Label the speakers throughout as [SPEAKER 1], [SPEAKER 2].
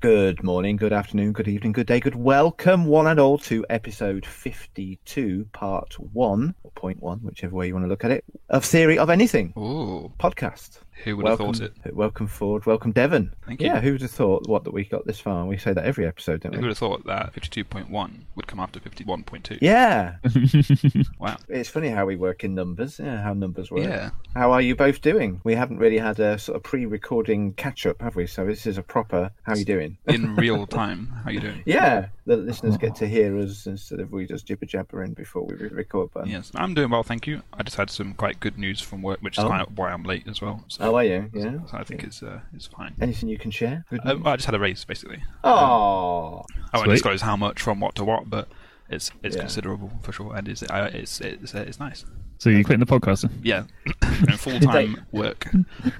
[SPEAKER 1] Good morning, good afternoon, good evening, good day, good welcome, one and all, to episode 52, part one, or point one, whichever way you want to look at it, of Theory of Anything
[SPEAKER 2] Ooh,
[SPEAKER 1] podcast.
[SPEAKER 2] who would
[SPEAKER 1] welcome,
[SPEAKER 2] have thought it?
[SPEAKER 1] Welcome, Ford. Welcome, Devon.
[SPEAKER 2] Thank you.
[SPEAKER 1] Yeah, who would have thought what that we got this far? We say that every episode, don't
[SPEAKER 2] Who would
[SPEAKER 1] we?
[SPEAKER 2] have thought that 52.1 would come after 51.2?
[SPEAKER 1] Yeah,
[SPEAKER 2] Wow.
[SPEAKER 1] it's funny how we work in numbers, yeah, how numbers work.
[SPEAKER 2] Yeah.
[SPEAKER 1] How are you both doing? We haven't really had a sort of pre-recording catch-up, have we? So this is a proper, how you doing?
[SPEAKER 2] In real time. How you doing?
[SPEAKER 1] Yeah, the listeners get to hear us instead of we just jibber jabbering before we re- record. But
[SPEAKER 2] Yes, I'm doing well, thank you. I just had some quite good news from work, which is
[SPEAKER 1] Oh.
[SPEAKER 2] kind of why I'm late as well. So,
[SPEAKER 1] how are you? Yeah.
[SPEAKER 2] so I think it's uh, it's fine.
[SPEAKER 1] Anything you can share? Good
[SPEAKER 2] Uh, well, I just had a raise basically.
[SPEAKER 1] oh,
[SPEAKER 2] I won't
[SPEAKER 3] Sweet.
[SPEAKER 2] disclose how much from what to what, but it's it's
[SPEAKER 1] Yeah.
[SPEAKER 2] considerable for sure, and it's I, it's it's, uh, it's nice.
[SPEAKER 3] So you're quitting the podcast?
[SPEAKER 2] Yeah, full time work.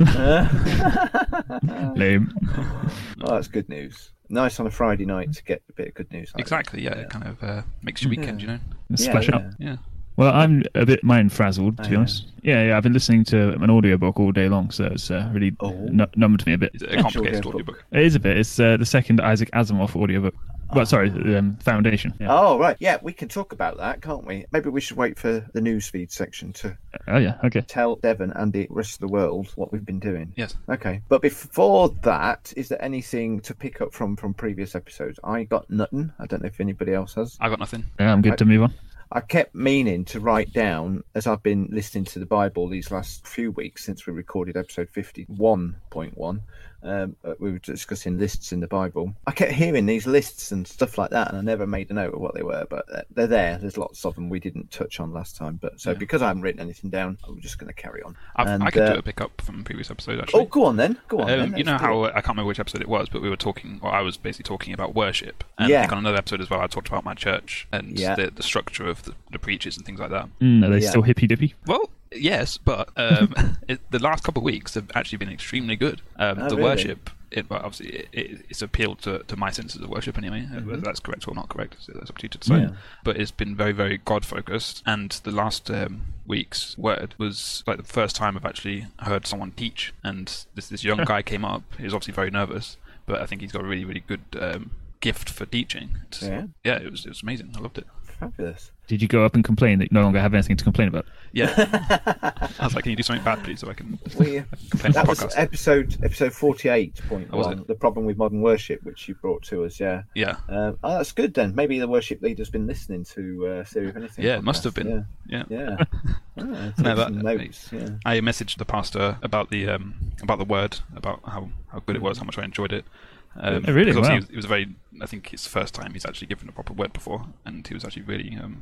[SPEAKER 1] Uh,
[SPEAKER 3] Lame.
[SPEAKER 1] oh, that's good news. Nice on a Friday night to get a bit of good news. Like that.
[SPEAKER 2] Exactly. Yeah, it kind of uh, makes your weekend, you know.
[SPEAKER 3] Splash
[SPEAKER 1] yeah.
[SPEAKER 3] up.
[SPEAKER 2] Yeah.
[SPEAKER 3] Well, I'm a bit mind frazzled, to
[SPEAKER 1] I
[SPEAKER 3] be
[SPEAKER 1] know.
[SPEAKER 3] honest. Yeah, yeah, I've been listening to an audiobook all day long, so it's uh, really
[SPEAKER 1] Oh.
[SPEAKER 3] nu- numbed me a bit.
[SPEAKER 2] It's a complicated
[SPEAKER 1] Audiobook.
[SPEAKER 2] audiobook.
[SPEAKER 3] It is a bit. It's uh, the second Isaac Asimov audiobook. Well, sorry, um, Foundation. Yeah.
[SPEAKER 1] Oh right, yeah, we can talk about that, can't we? Maybe we should wait for the newsfeed section to
[SPEAKER 3] Oh, yeah, okay.
[SPEAKER 1] tell Devon and the rest of the world what we've been doing.
[SPEAKER 2] Yes.
[SPEAKER 1] Okay, but before that, is there anything to pick up from from previous episodes? I got nothing. I don't know if anybody else has.
[SPEAKER 2] I got nothing.
[SPEAKER 3] Yeah, I'm good to move on.
[SPEAKER 1] I kept meaning to write down as I've been listening to the Bible these last few weeks since we recorded episode 51.1. Um, uh, we were discussing lists in the Bible. I kept hearing these lists and stuff like that, and I never made a note of what they were, but uh, they're there. There's lots of them we didn't touch on last time. But so because I haven't written anything down, I'm just going to carry on.
[SPEAKER 2] I've,
[SPEAKER 1] And,
[SPEAKER 2] I could
[SPEAKER 1] uh,
[SPEAKER 2] do a pickup from previous episode actually.
[SPEAKER 1] Oh, go on then. Go on.
[SPEAKER 2] Um,
[SPEAKER 1] then.
[SPEAKER 2] you
[SPEAKER 1] Let's do it.
[SPEAKER 2] know how I can't remember which episode it was, but we were talking, or I was basically talking about worship. And
[SPEAKER 1] Yeah.
[SPEAKER 2] I think on another episode as well, I talked about my church and
[SPEAKER 1] Yeah.
[SPEAKER 2] the, the structure of the, the preachers and things like that.
[SPEAKER 3] Mm, are they
[SPEAKER 1] Yeah.
[SPEAKER 3] still hippy dippy?
[SPEAKER 2] Well, yes, but um, it, the last couple of weeks have actually been extremely good. Um,
[SPEAKER 1] Oh,
[SPEAKER 2] the
[SPEAKER 1] really?
[SPEAKER 2] worship, it, well, obviously, it, it, it's appealed to, to my senses of worship anyway, Uh, whether that's correct or not correct. So that's up to you to decide.
[SPEAKER 1] Mm-hmm. Yeah.
[SPEAKER 2] But it's been very, very God focused. And the last um, week's word was like the first time I've actually heard someone teach. And this, this young guy came up. He was obviously very nervous, but I think he's got a really, really good. Um, gift for teaching It's-
[SPEAKER 1] Yeah.
[SPEAKER 2] yeah it was it was amazing i loved it
[SPEAKER 1] Fabulous.
[SPEAKER 3] Did you go up and complain that you no longer have anything to complain about?
[SPEAKER 2] yeah i was like can you do something bad please so i can
[SPEAKER 1] We,
[SPEAKER 2] Complain
[SPEAKER 1] that
[SPEAKER 2] for
[SPEAKER 1] was
[SPEAKER 2] podcast.
[SPEAKER 1] episode episode forty eight point
[SPEAKER 2] Oh, was
[SPEAKER 1] one.
[SPEAKER 2] it?
[SPEAKER 1] The problem with modern worship, which you brought to us, yeah.
[SPEAKER 2] yeah
[SPEAKER 1] Um, oh, that's good then. Maybe the worship leader's been listening to uh, Theory of Anything.
[SPEAKER 2] Yeah,
[SPEAKER 1] podcast.
[SPEAKER 2] it must have been. Yeah.
[SPEAKER 1] Yeah. yeah. Ah, take
[SPEAKER 2] No, that-
[SPEAKER 1] some notes. Yeah.
[SPEAKER 2] I messaged the pastor about the um, about the word, about how, how good it was, how much I enjoyed it. Um,
[SPEAKER 3] Oh, really?
[SPEAKER 2] because obviously It
[SPEAKER 3] Wow.
[SPEAKER 2] was, it was a very. I think it's the first time he's actually given a proper word before, and he was actually really. Um,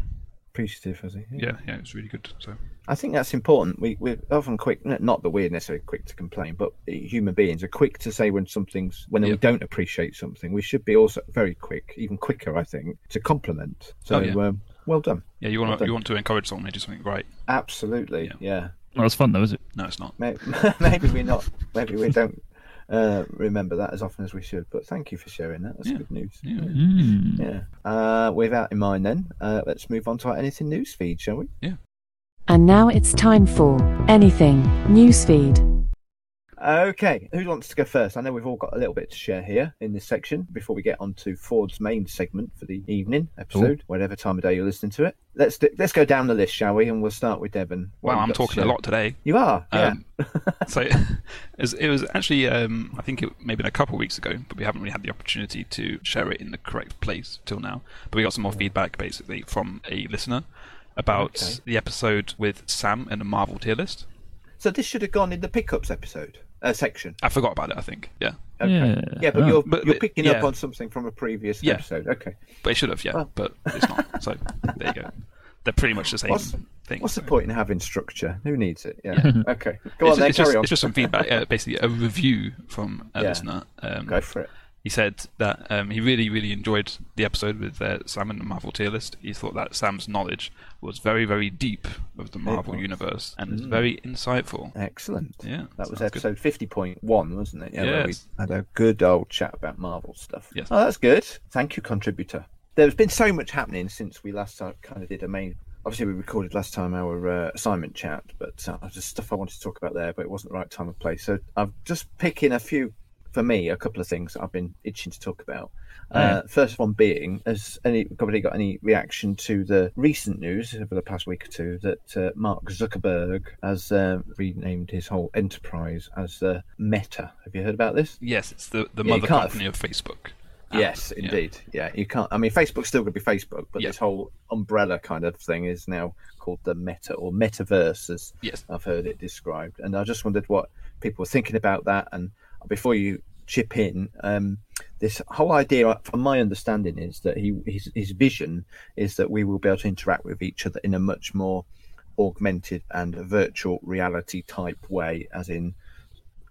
[SPEAKER 1] Appreciative, was he?
[SPEAKER 2] yeah, yeah, it was really good. So
[SPEAKER 1] I think that's important. We, we're often quick, n- not that we're necessarily quick to complain, but human beings are quick to say when something's, when we
[SPEAKER 2] Yeah.
[SPEAKER 1] don't appreciate something. We should be also very quick, even quicker, I think, to compliment. So,
[SPEAKER 2] Oh, yeah.
[SPEAKER 1] um, well done.
[SPEAKER 2] yeah, you want
[SPEAKER 1] Well
[SPEAKER 2] to
[SPEAKER 1] done.
[SPEAKER 2] you want to encourage someone to do something right.
[SPEAKER 1] Absolutely.
[SPEAKER 2] Yeah.
[SPEAKER 1] yeah.
[SPEAKER 3] Well, it's fun though, is it?
[SPEAKER 2] No, it's not.
[SPEAKER 1] May- maybe we're not maybe we don't uh, remember that as often as we should but thank you for sharing that that's
[SPEAKER 2] Yeah.
[SPEAKER 1] good news
[SPEAKER 2] Yeah,
[SPEAKER 3] Mm.
[SPEAKER 1] yeah uh, with that in mind then uh, let's move on to our anything news feed shall we
[SPEAKER 4] And now it's time for anything newsfeed.
[SPEAKER 1] okay who wants to go first i know we've all got a little bit to share here in this section before we get on to ford's main segment for the evening episode whatever time of day you're listening to it let's do, let's go down the list shall we and we'll start with devon What have
[SPEAKER 2] Wow,
[SPEAKER 1] you
[SPEAKER 2] I'm
[SPEAKER 1] got to
[SPEAKER 2] talking a
[SPEAKER 1] share?
[SPEAKER 2] lot today.
[SPEAKER 1] you are yeah
[SPEAKER 2] Um, so it was, it was actually, um, I think it may have been a couple of weeks ago, but we haven't really had the opportunity to share it in the correct place till now. But we got some more feedback basically from a listener about
[SPEAKER 1] Okay.
[SPEAKER 2] the episode with Sam and the Marvel tier list.
[SPEAKER 1] so this should have gone in the pickups episode uh, section
[SPEAKER 2] I forgot about it, I think. Yeah.
[SPEAKER 1] Okay. Yeah,
[SPEAKER 3] Yeah.
[SPEAKER 1] but
[SPEAKER 3] Oh.
[SPEAKER 1] you're
[SPEAKER 2] But-
[SPEAKER 1] you're
[SPEAKER 2] but-
[SPEAKER 1] picking up
[SPEAKER 2] yeah.
[SPEAKER 1] on something from a previous
[SPEAKER 2] Yeah.
[SPEAKER 1] episode. Okay.
[SPEAKER 2] But it should have, yeah.
[SPEAKER 1] Oh.
[SPEAKER 2] But it's not. So there you go. They're pretty much the same
[SPEAKER 1] What's-
[SPEAKER 2] thing.
[SPEAKER 1] What's the
[SPEAKER 2] so.
[SPEAKER 1] point in having structure? Who needs it? Yeah. okay. Go
[SPEAKER 2] It's,
[SPEAKER 1] on then.
[SPEAKER 2] it's
[SPEAKER 1] Carry
[SPEAKER 2] just,
[SPEAKER 1] on.
[SPEAKER 2] it's just some feedback, uh, basically a review from a
[SPEAKER 1] Yeah.
[SPEAKER 2] listener. Um,
[SPEAKER 1] Go for it.
[SPEAKER 2] He said that um, he really, really enjoyed the episode with uh, Sam and the Marvel tier list. He thought that Sam's knowledge was very, very deep of the Marvel
[SPEAKER 1] was.
[SPEAKER 2] universe and
[SPEAKER 1] Mm.
[SPEAKER 2] is very insightful.
[SPEAKER 1] Excellent.
[SPEAKER 2] Yeah,
[SPEAKER 1] That was
[SPEAKER 2] sounds good.
[SPEAKER 1] episode fifty point one, wasn't it? Yeah. where we
[SPEAKER 2] Yes.
[SPEAKER 1] had a good old chat about Marvel stuff.
[SPEAKER 2] Yes.
[SPEAKER 1] Oh, that's good. Thank you, contributor. There's been so much happening since we last uh, kind of did a main. Obviously, we recorded last time our uh, assignment chat, but uh, there's stuff I wanted to talk about there, but it wasn't the right time and place. So I'm just picking a few for me, a couple of things that I've been itching to talk about. Uh, first one being, has anybody got any reaction to the recent news over the past week or two that uh, Mark Zuckerberg has uh, renamed his whole enterprise as uh, Meta? Have you heard about this?
[SPEAKER 2] Yes, it's the, the
[SPEAKER 1] Yeah, you
[SPEAKER 2] mother
[SPEAKER 1] can't-
[SPEAKER 2] company of Facebook. app.
[SPEAKER 1] Yes,
[SPEAKER 2] Yeah.
[SPEAKER 1] indeed. Yeah. you can't. I mean, Facebook's still going to be Facebook, but
[SPEAKER 2] Yeah.
[SPEAKER 1] this whole umbrella kind of thing is now called the meta or metaverse, as
[SPEAKER 2] Yes.
[SPEAKER 1] I've heard it described. And I just wondered what people were thinking about that. And before you chip in, um, this whole idea, from my understanding, is that he his, his vision is that we will be able to interact with each other in a much more augmented and virtual reality type way, as in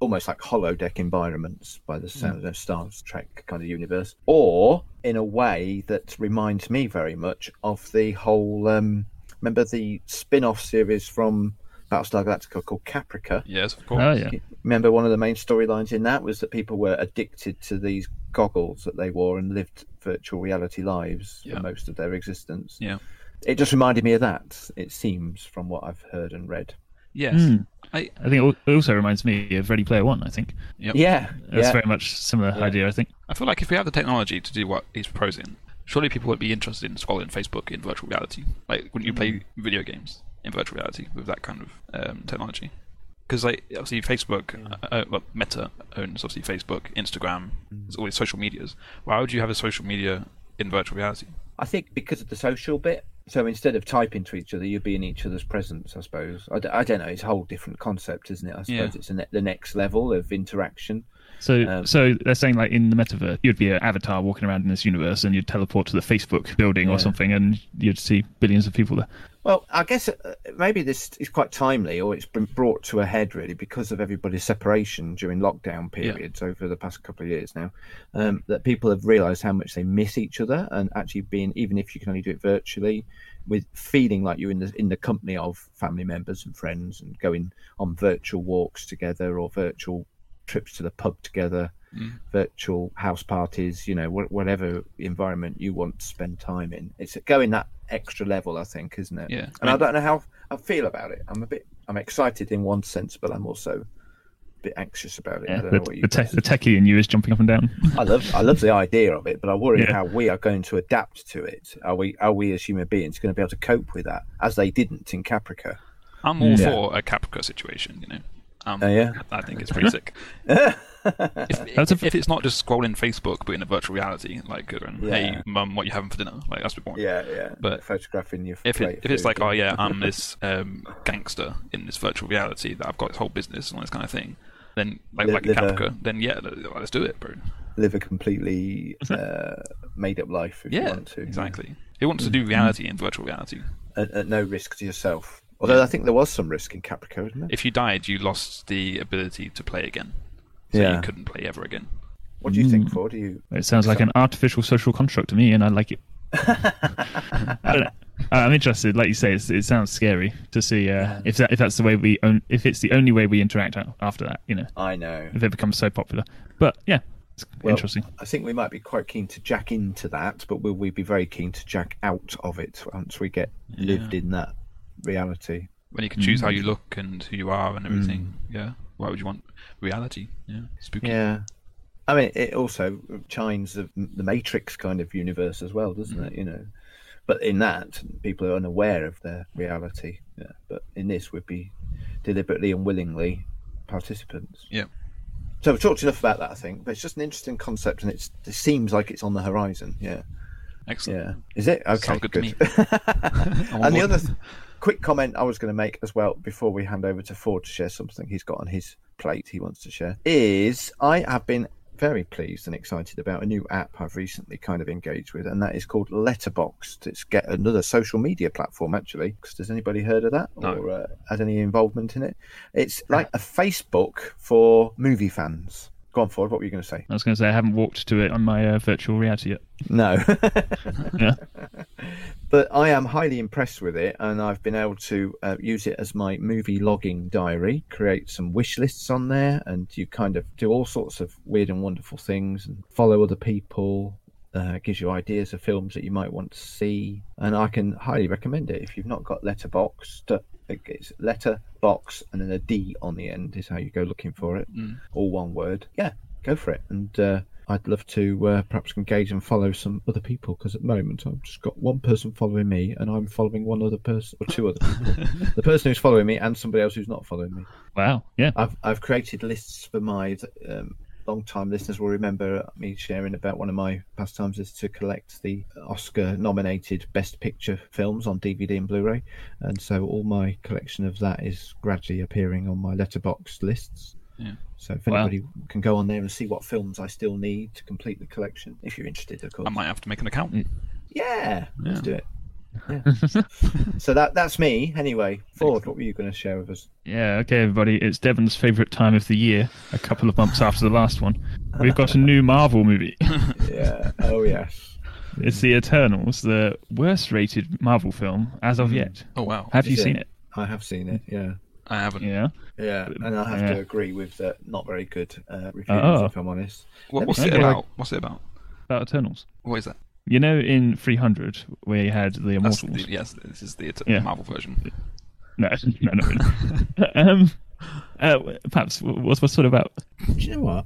[SPEAKER 1] almost like holodeck environments by the
[SPEAKER 2] Mm.
[SPEAKER 1] sound of Star Trek kind of universe, or in a way that reminds me very much of the whole. Um, remember the spin-off series from Battlestar Galactica called Caprica?
[SPEAKER 2] Yes, of course.
[SPEAKER 3] Oh yeah.
[SPEAKER 1] Remember one of the main storylines in that was that people were addicted to these goggles that they wore and lived virtual reality lives
[SPEAKER 2] Yeah.
[SPEAKER 1] for most of their existence.
[SPEAKER 2] Yeah.
[SPEAKER 1] It just reminded me of that. It seems from what I've heard and read.
[SPEAKER 2] Yes.
[SPEAKER 1] Hmm.
[SPEAKER 3] Mm.
[SPEAKER 2] I,
[SPEAKER 3] I think it al- also reminds me of Ready Player One. I think
[SPEAKER 2] yep.
[SPEAKER 1] Yeah,
[SPEAKER 3] that's
[SPEAKER 1] yeah.
[SPEAKER 3] very much similar idea. I think.
[SPEAKER 2] I feel like if we had the technology to do what he's proposing, surely people would be interested in scrolling Facebook in virtual reality. Like, wouldn't you
[SPEAKER 1] Mm.
[SPEAKER 2] play video games in virtual reality with that kind of um, technology? Because like obviously Facebook, uh, uh, well, Meta owns obviously Facebook, Instagram,
[SPEAKER 1] Mm.
[SPEAKER 2] there's all these social medias. Why would you have a social media in virtual reality?
[SPEAKER 1] I think because of the social bit. So instead of typing to each other, you'd be in each other's presence, I suppose. I, d- I don't know. It's a whole different concept, isn't it? I suppose
[SPEAKER 2] Yeah.
[SPEAKER 1] it's a ne- the next level of interaction.
[SPEAKER 3] So,
[SPEAKER 1] Um,
[SPEAKER 3] so they're saying like in the metaverse, you'd be an avatar walking around in this universe, and you'd teleport to the Facebook building
[SPEAKER 1] Yeah.
[SPEAKER 3] or something, and you'd see billions of people there.
[SPEAKER 1] Well, I guess uh, maybe this is quite timely, or it's been brought to a head really because of everybody's separation during lockdown periods over the past couple of years now. Um, that people have realised how much they miss each other, and actually being even if you can only do it virtually, with feeling like you're in the in the company of family members and friends, and going on virtual walks together or virtual trips to the pub together, virtual house parties, you know, wh- whatever environment you want to spend time in. It's going that extra level, I think, isn't it?
[SPEAKER 2] Yeah.
[SPEAKER 1] And I don't know how I feel about it. I'm a bit, I'm excited in one sense, but I'm also a bit anxious about it. I
[SPEAKER 3] Yeah,
[SPEAKER 1] don't
[SPEAKER 3] the,
[SPEAKER 1] know what you
[SPEAKER 3] the, te-
[SPEAKER 1] guys-
[SPEAKER 3] the techie in you is jumping up and down.
[SPEAKER 1] I love I love the idea of it, but I worry
[SPEAKER 3] Yeah.
[SPEAKER 1] how we are going to adapt to it. Are we are we as human beings going to be able to cope with that as they didn't in Caprica?
[SPEAKER 2] I'm all
[SPEAKER 1] Yeah.
[SPEAKER 2] for a Caprica situation, you know. Um,
[SPEAKER 1] Oh, yeah?
[SPEAKER 2] I think it's pretty sick. if,
[SPEAKER 3] That's a-
[SPEAKER 2] if it's not just scrolling Facebook, but in a virtual reality, like, going, hey,
[SPEAKER 1] Yeah.
[SPEAKER 2] mum, what you having for dinner? Like, that's a point.
[SPEAKER 1] Yeah, yeah.
[SPEAKER 2] But
[SPEAKER 1] photographing your
[SPEAKER 2] If,
[SPEAKER 1] plate of
[SPEAKER 2] it, if it's
[SPEAKER 1] food,
[SPEAKER 2] like, oh yeah, I'm this um, gangster in this virtual reality that I've got this whole business and all this kind of thing, then like
[SPEAKER 1] Li-
[SPEAKER 2] like in
[SPEAKER 1] live a-
[SPEAKER 2] Caprica, then yeah, let- let's do it, bro.
[SPEAKER 1] live a completely uh, made up life if you
[SPEAKER 2] Yeah,
[SPEAKER 1] want to. Mm-hmm.
[SPEAKER 2] exactly. Who wants to do reality in virtual reality?
[SPEAKER 1] At, at no risk to yourself. Although I think there was some risk in Caprica, isn't there?
[SPEAKER 2] If you died, you lost the ability to play again, so
[SPEAKER 1] Yeah.
[SPEAKER 2] you couldn't play ever again.
[SPEAKER 1] What do you think, for? Do you?
[SPEAKER 3] It sounds like an artificial social construct to me, and I like it. I don't know. I- I'm interested, like you say, it's, it sounds scary to see uh, if that if that's the way we own, if it's the only way we interact a- after that, you know,
[SPEAKER 1] I know.
[SPEAKER 3] if it becomes so popular. But yeah, it's
[SPEAKER 1] Well,
[SPEAKER 3] interesting.
[SPEAKER 1] I think we might be quite keen to jack into that, but will we be very keen to jack out of it once we get lived in that reality?
[SPEAKER 2] When you can choose how you
[SPEAKER 1] Mm-hmm.
[SPEAKER 2] look and who you are and everything, yeah. Why would you want reality? Yeah, spooky.
[SPEAKER 1] Mm. Yeah. I mean, it also chimes of the Matrix kind of universe as well,
[SPEAKER 2] Mm-hmm.
[SPEAKER 1] doesn't it? You know, but in that, people are unaware of their reality. Yeah. But in this, we'd be deliberately and willingly participants.
[SPEAKER 2] Yeah.
[SPEAKER 1] So we've talked enough about that, I think. But it's just an interesting concept, and it's, it seems like it's on the horizon. Yeah.
[SPEAKER 2] Excellent. Oh,
[SPEAKER 1] Yeah. Is it? Okay.
[SPEAKER 2] Sounds good to me. I'm on
[SPEAKER 1] and the
[SPEAKER 2] board.
[SPEAKER 1] other th- quick comment I was going to make as well before we hand over to Ford to share something he's got on his plate he wants to share is I have been very pleased and excited about a new app I've recently kind of engaged with, and that is called Letterboxd. It's get another social media platform actually. 'cause has anybody heard of that
[SPEAKER 2] No.
[SPEAKER 1] or uh, had any involvement in it? It's like a Facebook for movie fans. Go on, Ford. What were you going to say?
[SPEAKER 3] I was going to say I haven't walked to it on my uh, virtual reality yet.
[SPEAKER 1] No.
[SPEAKER 3] Yeah.
[SPEAKER 1] but I am highly impressed with it, and I've been able to uh, use it as my movie logging diary, create some wish lists on there, and you kind of do all sorts of weird and wonderful things and follow other people. Uh, it gives you ideas of films that you might want to see, and I can highly recommend it if you've not got uh, Letterboxd. It's letterbox and then a D on the end is how you go looking for it, all one word. Yeah, go for it. And uh, I'd love to uh, perhaps engage and follow some other people because at the moment I've just got one person following me and I'm following one other person or two other people. the person who's following me and somebody else who's not following me.
[SPEAKER 3] Wow. Yeah.
[SPEAKER 1] I've I've created lists for my um, long time listeners will remember me sharing about one of my pastimes is to collect the Oscar nominated Best Picture films on DVD and Blu-ray, and so all my collection of that is gradually appearing on my letterbox lists.
[SPEAKER 2] Yeah.
[SPEAKER 1] So if
[SPEAKER 3] Wow.
[SPEAKER 1] anybody can go on there and see what films I still need to complete the collection, if you're interested, of course.
[SPEAKER 2] I might have to make an account.
[SPEAKER 1] Mm. Yeah, let's
[SPEAKER 2] Yeah.
[SPEAKER 1] do it. Yeah. so that that's me anyway. Ford, what were you going to share with us?
[SPEAKER 3] Yeah, okay, everybody. It's Devon's favourite time of the year, a couple of months after the last one. We've got a new Marvel movie.
[SPEAKER 1] Yeah. Oh yes.
[SPEAKER 3] It's The Eternals, the worst rated Marvel film as of yet.
[SPEAKER 2] Oh wow,
[SPEAKER 3] Have you
[SPEAKER 1] Hmm. Is
[SPEAKER 3] seen it?
[SPEAKER 1] I have seen it. Yeah.
[SPEAKER 2] I haven't.
[SPEAKER 3] Yeah.
[SPEAKER 1] Yeah, and I have
[SPEAKER 3] yeah.
[SPEAKER 1] to agree with that. Not very good uh, reviews,
[SPEAKER 3] Oh.
[SPEAKER 1] if I'm honest.
[SPEAKER 2] What,
[SPEAKER 1] Let me
[SPEAKER 2] what's
[SPEAKER 1] see
[SPEAKER 2] it
[SPEAKER 1] what I-
[SPEAKER 2] about? What's it about?
[SPEAKER 3] About Eternals.
[SPEAKER 2] What is that?
[SPEAKER 3] You know, in 300, where you had the
[SPEAKER 2] That's
[SPEAKER 3] Immortals.
[SPEAKER 2] the, yes, this is the Eter-
[SPEAKER 3] Yeah.
[SPEAKER 2] Marvel version.
[SPEAKER 3] No, no, no. no. um, uh, perhaps what's what's sort of about?
[SPEAKER 1] Do you know what?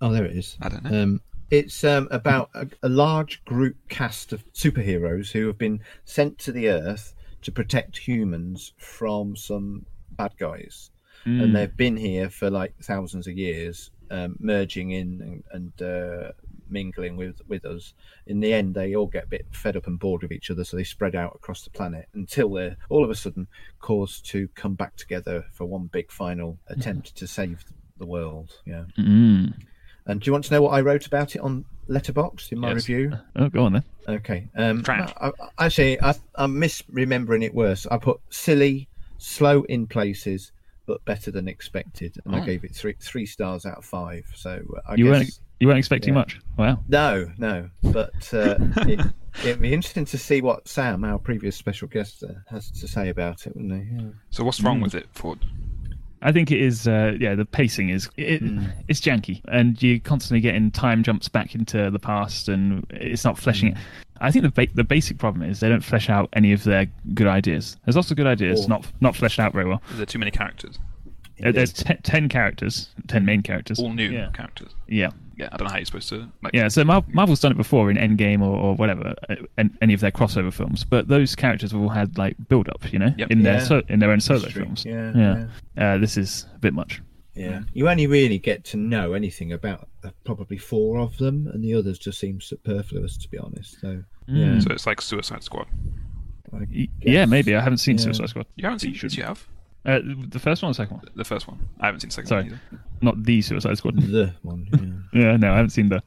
[SPEAKER 1] Oh, there it is.
[SPEAKER 2] I don't
[SPEAKER 3] Uh,
[SPEAKER 2] know.
[SPEAKER 1] Um, it's um, about a, a large group cast of superheroes who have been sent to the Earth to protect humans from some bad guys, and they've been here for like thousands of years, um, merging in and, and uh, mingling with with us. In the end, they all get a bit fed up and bored with each other, so they spread out across the planet until they're all of a sudden caused to come back together for one big final attempt to save the world. Yeah.
[SPEAKER 3] Mm.
[SPEAKER 1] And do you want to know what I wrote about it on Letterboxd in my
[SPEAKER 2] Yes.
[SPEAKER 1] review?
[SPEAKER 3] Oh, go on then.
[SPEAKER 1] Okay. Um,
[SPEAKER 2] Trash.
[SPEAKER 1] I, I- actually, I, I'm misremembering it worse. I put silly, slow in places, but better than expected, and I
[SPEAKER 2] Oh.
[SPEAKER 1] gave it three three stars out of five. So uh, I
[SPEAKER 3] You
[SPEAKER 1] guess
[SPEAKER 3] weren't you weren't expecting
[SPEAKER 1] yeah.
[SPEAKER 3] much. Wow.
[SPEAKER 1] no, no, but uh, it, it'd be interesting to see what Sam, our previous special guest, uh, has to say about it, wouldn't it? Yeah.
[SPEAKER 2] So what's
[SPEAKER 3] mm.
[SPEAKER 2] wrong with it, Ford?
[SPEAKER 3] I think it is. Uh, yeah, the pacing is it,
[SPEAKER 1] Hmm.
[SPEAKER 3] it's janky, and you're constantly getting time jumps back into the past, and it's not fleshing.
[SPEAKER 1] Hmm.
[SPEAKER 3] it. I think the ba- the basic problem is they don't flesh out any of their good ideas. There's lots of good ideas,
[SPEAKER 1] Oh.
[SPEAKER 3] not not fleshed out very well.
[SPEAKER 2] Is there too many characters?
[SPEAKER 3] Uh, There's te- ten characters, ten main characters.
[SPEAKER 2] All new
[SPEAKER 3] Yeah.
[SPEAKER 2] characters.
[SPEAKER 3] Yeah.
[SPEAKER 2] Yeah, I don't know how you're supposed to. Like,
[SPEAKER 3] Yeah, so Mar- Marvel's done it before in Endgame or, or whatever, uh, an- any of their crossover films. But those characters have all had like build up, you know,
[SPEAKER 2] Yep.
[SPEAKER 3] in
[SPEAKER 1] Yeah.
[SPEAKER 3] their so- in their own solo
[SPEAKER 1] History.
[SPEAKER 3] films.
[SPEAKER 1] Yeah,
[SPEAKER 3] Uh, this is a bit much.
[SPEAKER 1] Yeah, Um, you only really get to know anything about uh, probably four of them, and the others just seem superfluous, to be honest. So, yeah,
[SPEAKER 2] So it's like Suicide Squad.
[SPEAKER 1] I
[SPEAKER 3] Y- Yeah,
[SPEAKER 1] guess.
[SPEAKER 3] maybe I haven't seen
[SPEAKER 1] Yeah.
[SPEAKER 3] Suicide Squad.
[SPEAKER 2] You haven't seen?
[SPEAKER 3] You should.
[SPEAKER 2] You have
[SPEAKER 3] Uh, the first one or the second one?
[SPEAKER 2] the first one. I haven't seen the second
[SPEAKER 3] Sorry,
[SPEAKER 2] one either.
[SPEAKER 3] not the Suicide Squad.
[SPEAKER 1] the one. Yeah.
[SPEAKER 3] yeah, no, I haven't seen the.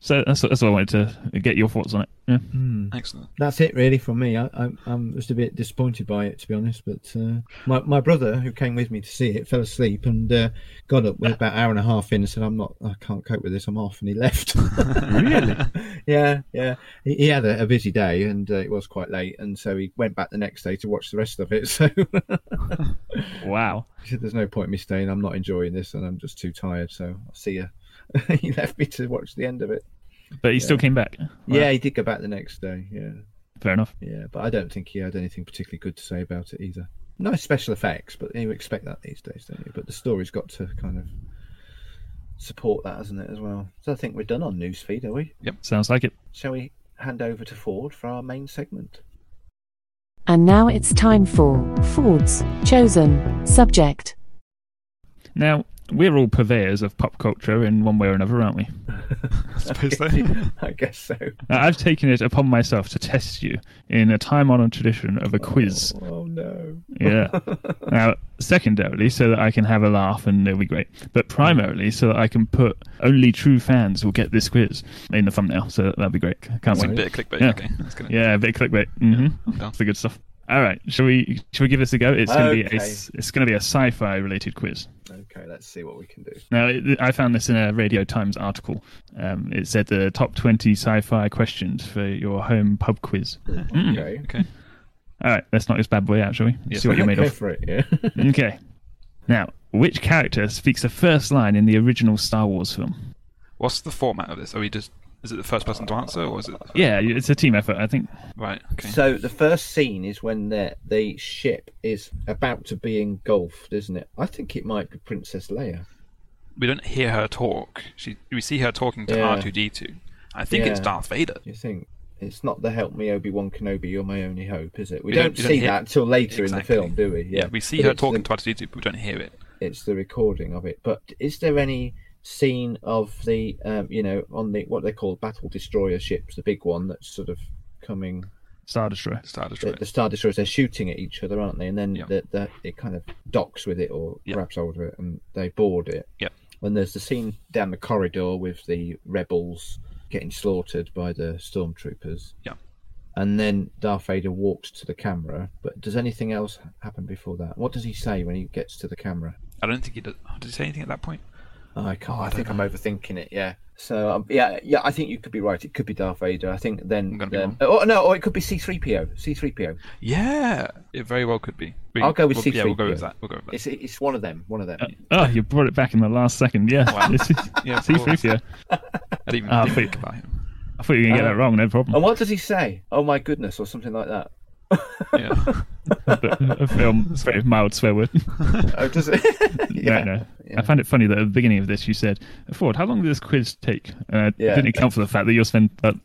[SPEAKER 3] so that's that's all I wanted to get your thoughts on it. Yeah.
[SPEAKER 2] Excellent.
[SPEAKER 1] That's it, really, from me. I, I'm, I'm just a bit disappointed by it, to be honest. But uh, my my brother, who came with me to see it, fell asleep and uh, got up with about an hour and a half in and said, "I'm not, I can't cope with this. I'm off," and he left.
[SPEAKER 3] really?
[SPEAKER 1] yeah, yeah. He, he had a, a busy day and uh, it was quite late, and so he went back the next day to watch the rest of it. So.
[SPEAKER 3] Wow.
[SPEAKER 1] He said, "There's no point in me staying. I'm not enjoying this, and I'm just too tired. So I'll see you." he left me to watch the end of it.
[SPEAKER 3] But he still came back. Wow.
[SPEAKER 1] Yeah, he did go back the next day. Yeah,
[SPEAKER 3] Fair enough.
[SPEAKER 1] yeah, but I don't think he had anything particularly good to say about it either. Nice special effects, but you expect that these days, don't you? But the story's got to kind of support that, hasn't it, as well? So I think we're done on newsfeed, are we?
[SPEAKER 3] Sounds like it.
[SPEAKER 1] Shall we hand over to Ford for our main segment?
[SPEAKER 4] And now it's time for Ford's Chosen Subject.
[SPEAKER 3] Now we're all purveyors of pop culture in one way or another, aren't we?
[SPEAKER 2] I suppose so.
[SPEAKER 1] I guess so.
[SPEAKER 3] Now, I've taken it upon myself to test you in a time honored tradition of a quiz.
[SPEAKER 1] Oh no.
[SPEAKER 3] Yeah. now, secondarily, so that I can have a laugh and it'll be great. But primarily, so that I can put only true fans will get this quiz in the thumbnail. So that'd be great. Can't
[SPEAKER 2] It's a
[SPEAKER 3] wait.
[SPEAKER 2] bit of clickbait.
[SPEAKER 3] Yeah.
[SPEAKER 2] Okay, that's gonna.
[SPEAKER 3] Yeah, a bit of clickbait. hmm
[SPEAKER 2] I'm down.
[SPEAKER 3] That's the good stuff. All right, shall we? Shall we give this a go? It's gonna be a,
[SPEAKER 1] Okay.
[SPEAKER 3] s- it's gonna be a sci-fi related quiz.
[SPEAKER 1] Okay, let's see what we can do.
[SPEAKER 3] Now, it- I found this in a Radio Times article. Um, it said the top 20 sci-fi questions for your home pub quiz.
[SPEAKER 1] Okay.
[SPEAKER 2] Okay.
[SPEAKER 3] All right, let's knock this bad boy out, shall we?
[SPEAKER 2] Yes.
[SPEAKER 3] See what you're made
[SPEAKER 1] Go
[SPEAKER 3] of.
[SPEAKER 1] for it. Yeah.
[SPEAKER 3] Okay. Now, which character speaks the first line in the original Star Wars film?
[SPEAKER 2] What's the format of this? Are we just? Is it the first person to answer, or is it?
[SPEAKER 3] Yeah, it's a team effort, I think.
[SPEAKER 2] Right. Okay.
[SPEAKER 1] So the first scene is when the the ship is about to be engulfed, isn't it? I think it might be Princess Leia.
[SPEAKER 2] we don't hear her talk. She we see her talking to
[SPEAKER 1] Yeah.
[SPEAKER 2] R two D two. I think it's
[SPEAKER 1] Yeah.
[SPEAKER 2] Darth Vader.
[SPEAKER 1] You think it's not the help me Obi Wan Kenobi, you're my only hope, is it? We,
[SPEAKER 2] We
[SPEAKER 1] don't,
[SPEAKER 2] don't- we don't
[SPEAKER 1] see
[SPEAKER 2] hear-
[SPEAKER 1] that till later
[SPEAKER 2] Exactly.
[SPEAKER 1] in the film, do we?
[SPEAKER 2] Yeah, we see
[SPEAKER 1] But
[SPEAKER 2] her
[SPEAKER 1] it's the-
[SPEAKER 2] talking to R two D two, but we don't hear it.
[SPEAKER 1] it's the recording of it. But is there any scene of the um, you know on the what they call battle destroyer ships, the big one that's sort of coming
[SPEAKER 3] Star Destroyer.
[SPEAKER 2] Star
[SPEAKER 1] the,
[SPEAKER 2] Destroyer.
[SPEAKER 1] the star destroyers? They're shooting at each other, aren't they? And then
[SPEAKER 2] Yeah.
[SPEAKER 1] the, the, it kind of docks with it or
[SPEAKER 2] Yeah.
[SPEAKER 1] grabs hold of it, and they board it.
[SPEAKER 2] Yeah.
[SPEAKER 1] And there's the scene down the corridor with the rebels getting slaughtered by the stormtroopers.
[SPEAKER 2] Yeah.
[SPEAKER 1] And then Darth Vader walks to the camera. But does anything else happen before that? What does he say when he gets to the camera?
[SPEAKER 2] I don't think he does. Oh, Did he say anything at that point? Oh,
[SPEAKER 1] I can't. I think I'm overthinking it. Yeah. So um, yeah, yeah. I think you could be right. It could be Darth Vader. I think
[SPEAKER 2] I'm
[SPEAKER 1] then.
[SPEAKER 2] gonna be
[SPEAKER 1] um, oh no, or it could be C-3PO. C-3PO.
[SPEAKER 2] Yeah, it very well could be. We,
[SPEAKER 1] I'll go with
[SPEAKER 2] we'll, Yeah, we'll go with
[SPEAKER 1] C3PO.
[SPEAKER 2] that. We'll go with that.
[SPEAKER 1] It's it's one of them. One of them.
[SPEAKER 3] Oh, you brought it back in the last second. Yeah.
[SPEAKER 2] Wow. Yeah, of
[SPEAKER 3] See through
[SPEAKER 2] course.
[SPEAKER 3] here.
[SPEAKER 2] I didn't even
[SPEAKER 3] Ah,
[SPEAKER 2] think
[SPEAKER 3] but-
[SPEAKER 2] about him.
[SPEAKER 3] I thought you were going to get that wrong. No problem.
[SPEAKER 1] And what does he say? Oh my goodness, or something like that.
[SPEAKER 2] Yeah.
[SPEAKER 3] But a film, it's a very mild swear word.
[SPEAKER 1] Oh, does it? yeah.
[SPEAKER 3] no, no.
[SPEAKER 1] yeah.
[SPEAKER 3] I found it funny that at the beginning of this, you said, Ford, how long did this quiz take? And I
[SPEAKER 1] Yeah.
[SPEAKER 3] didn't account for the fact that you'll spend about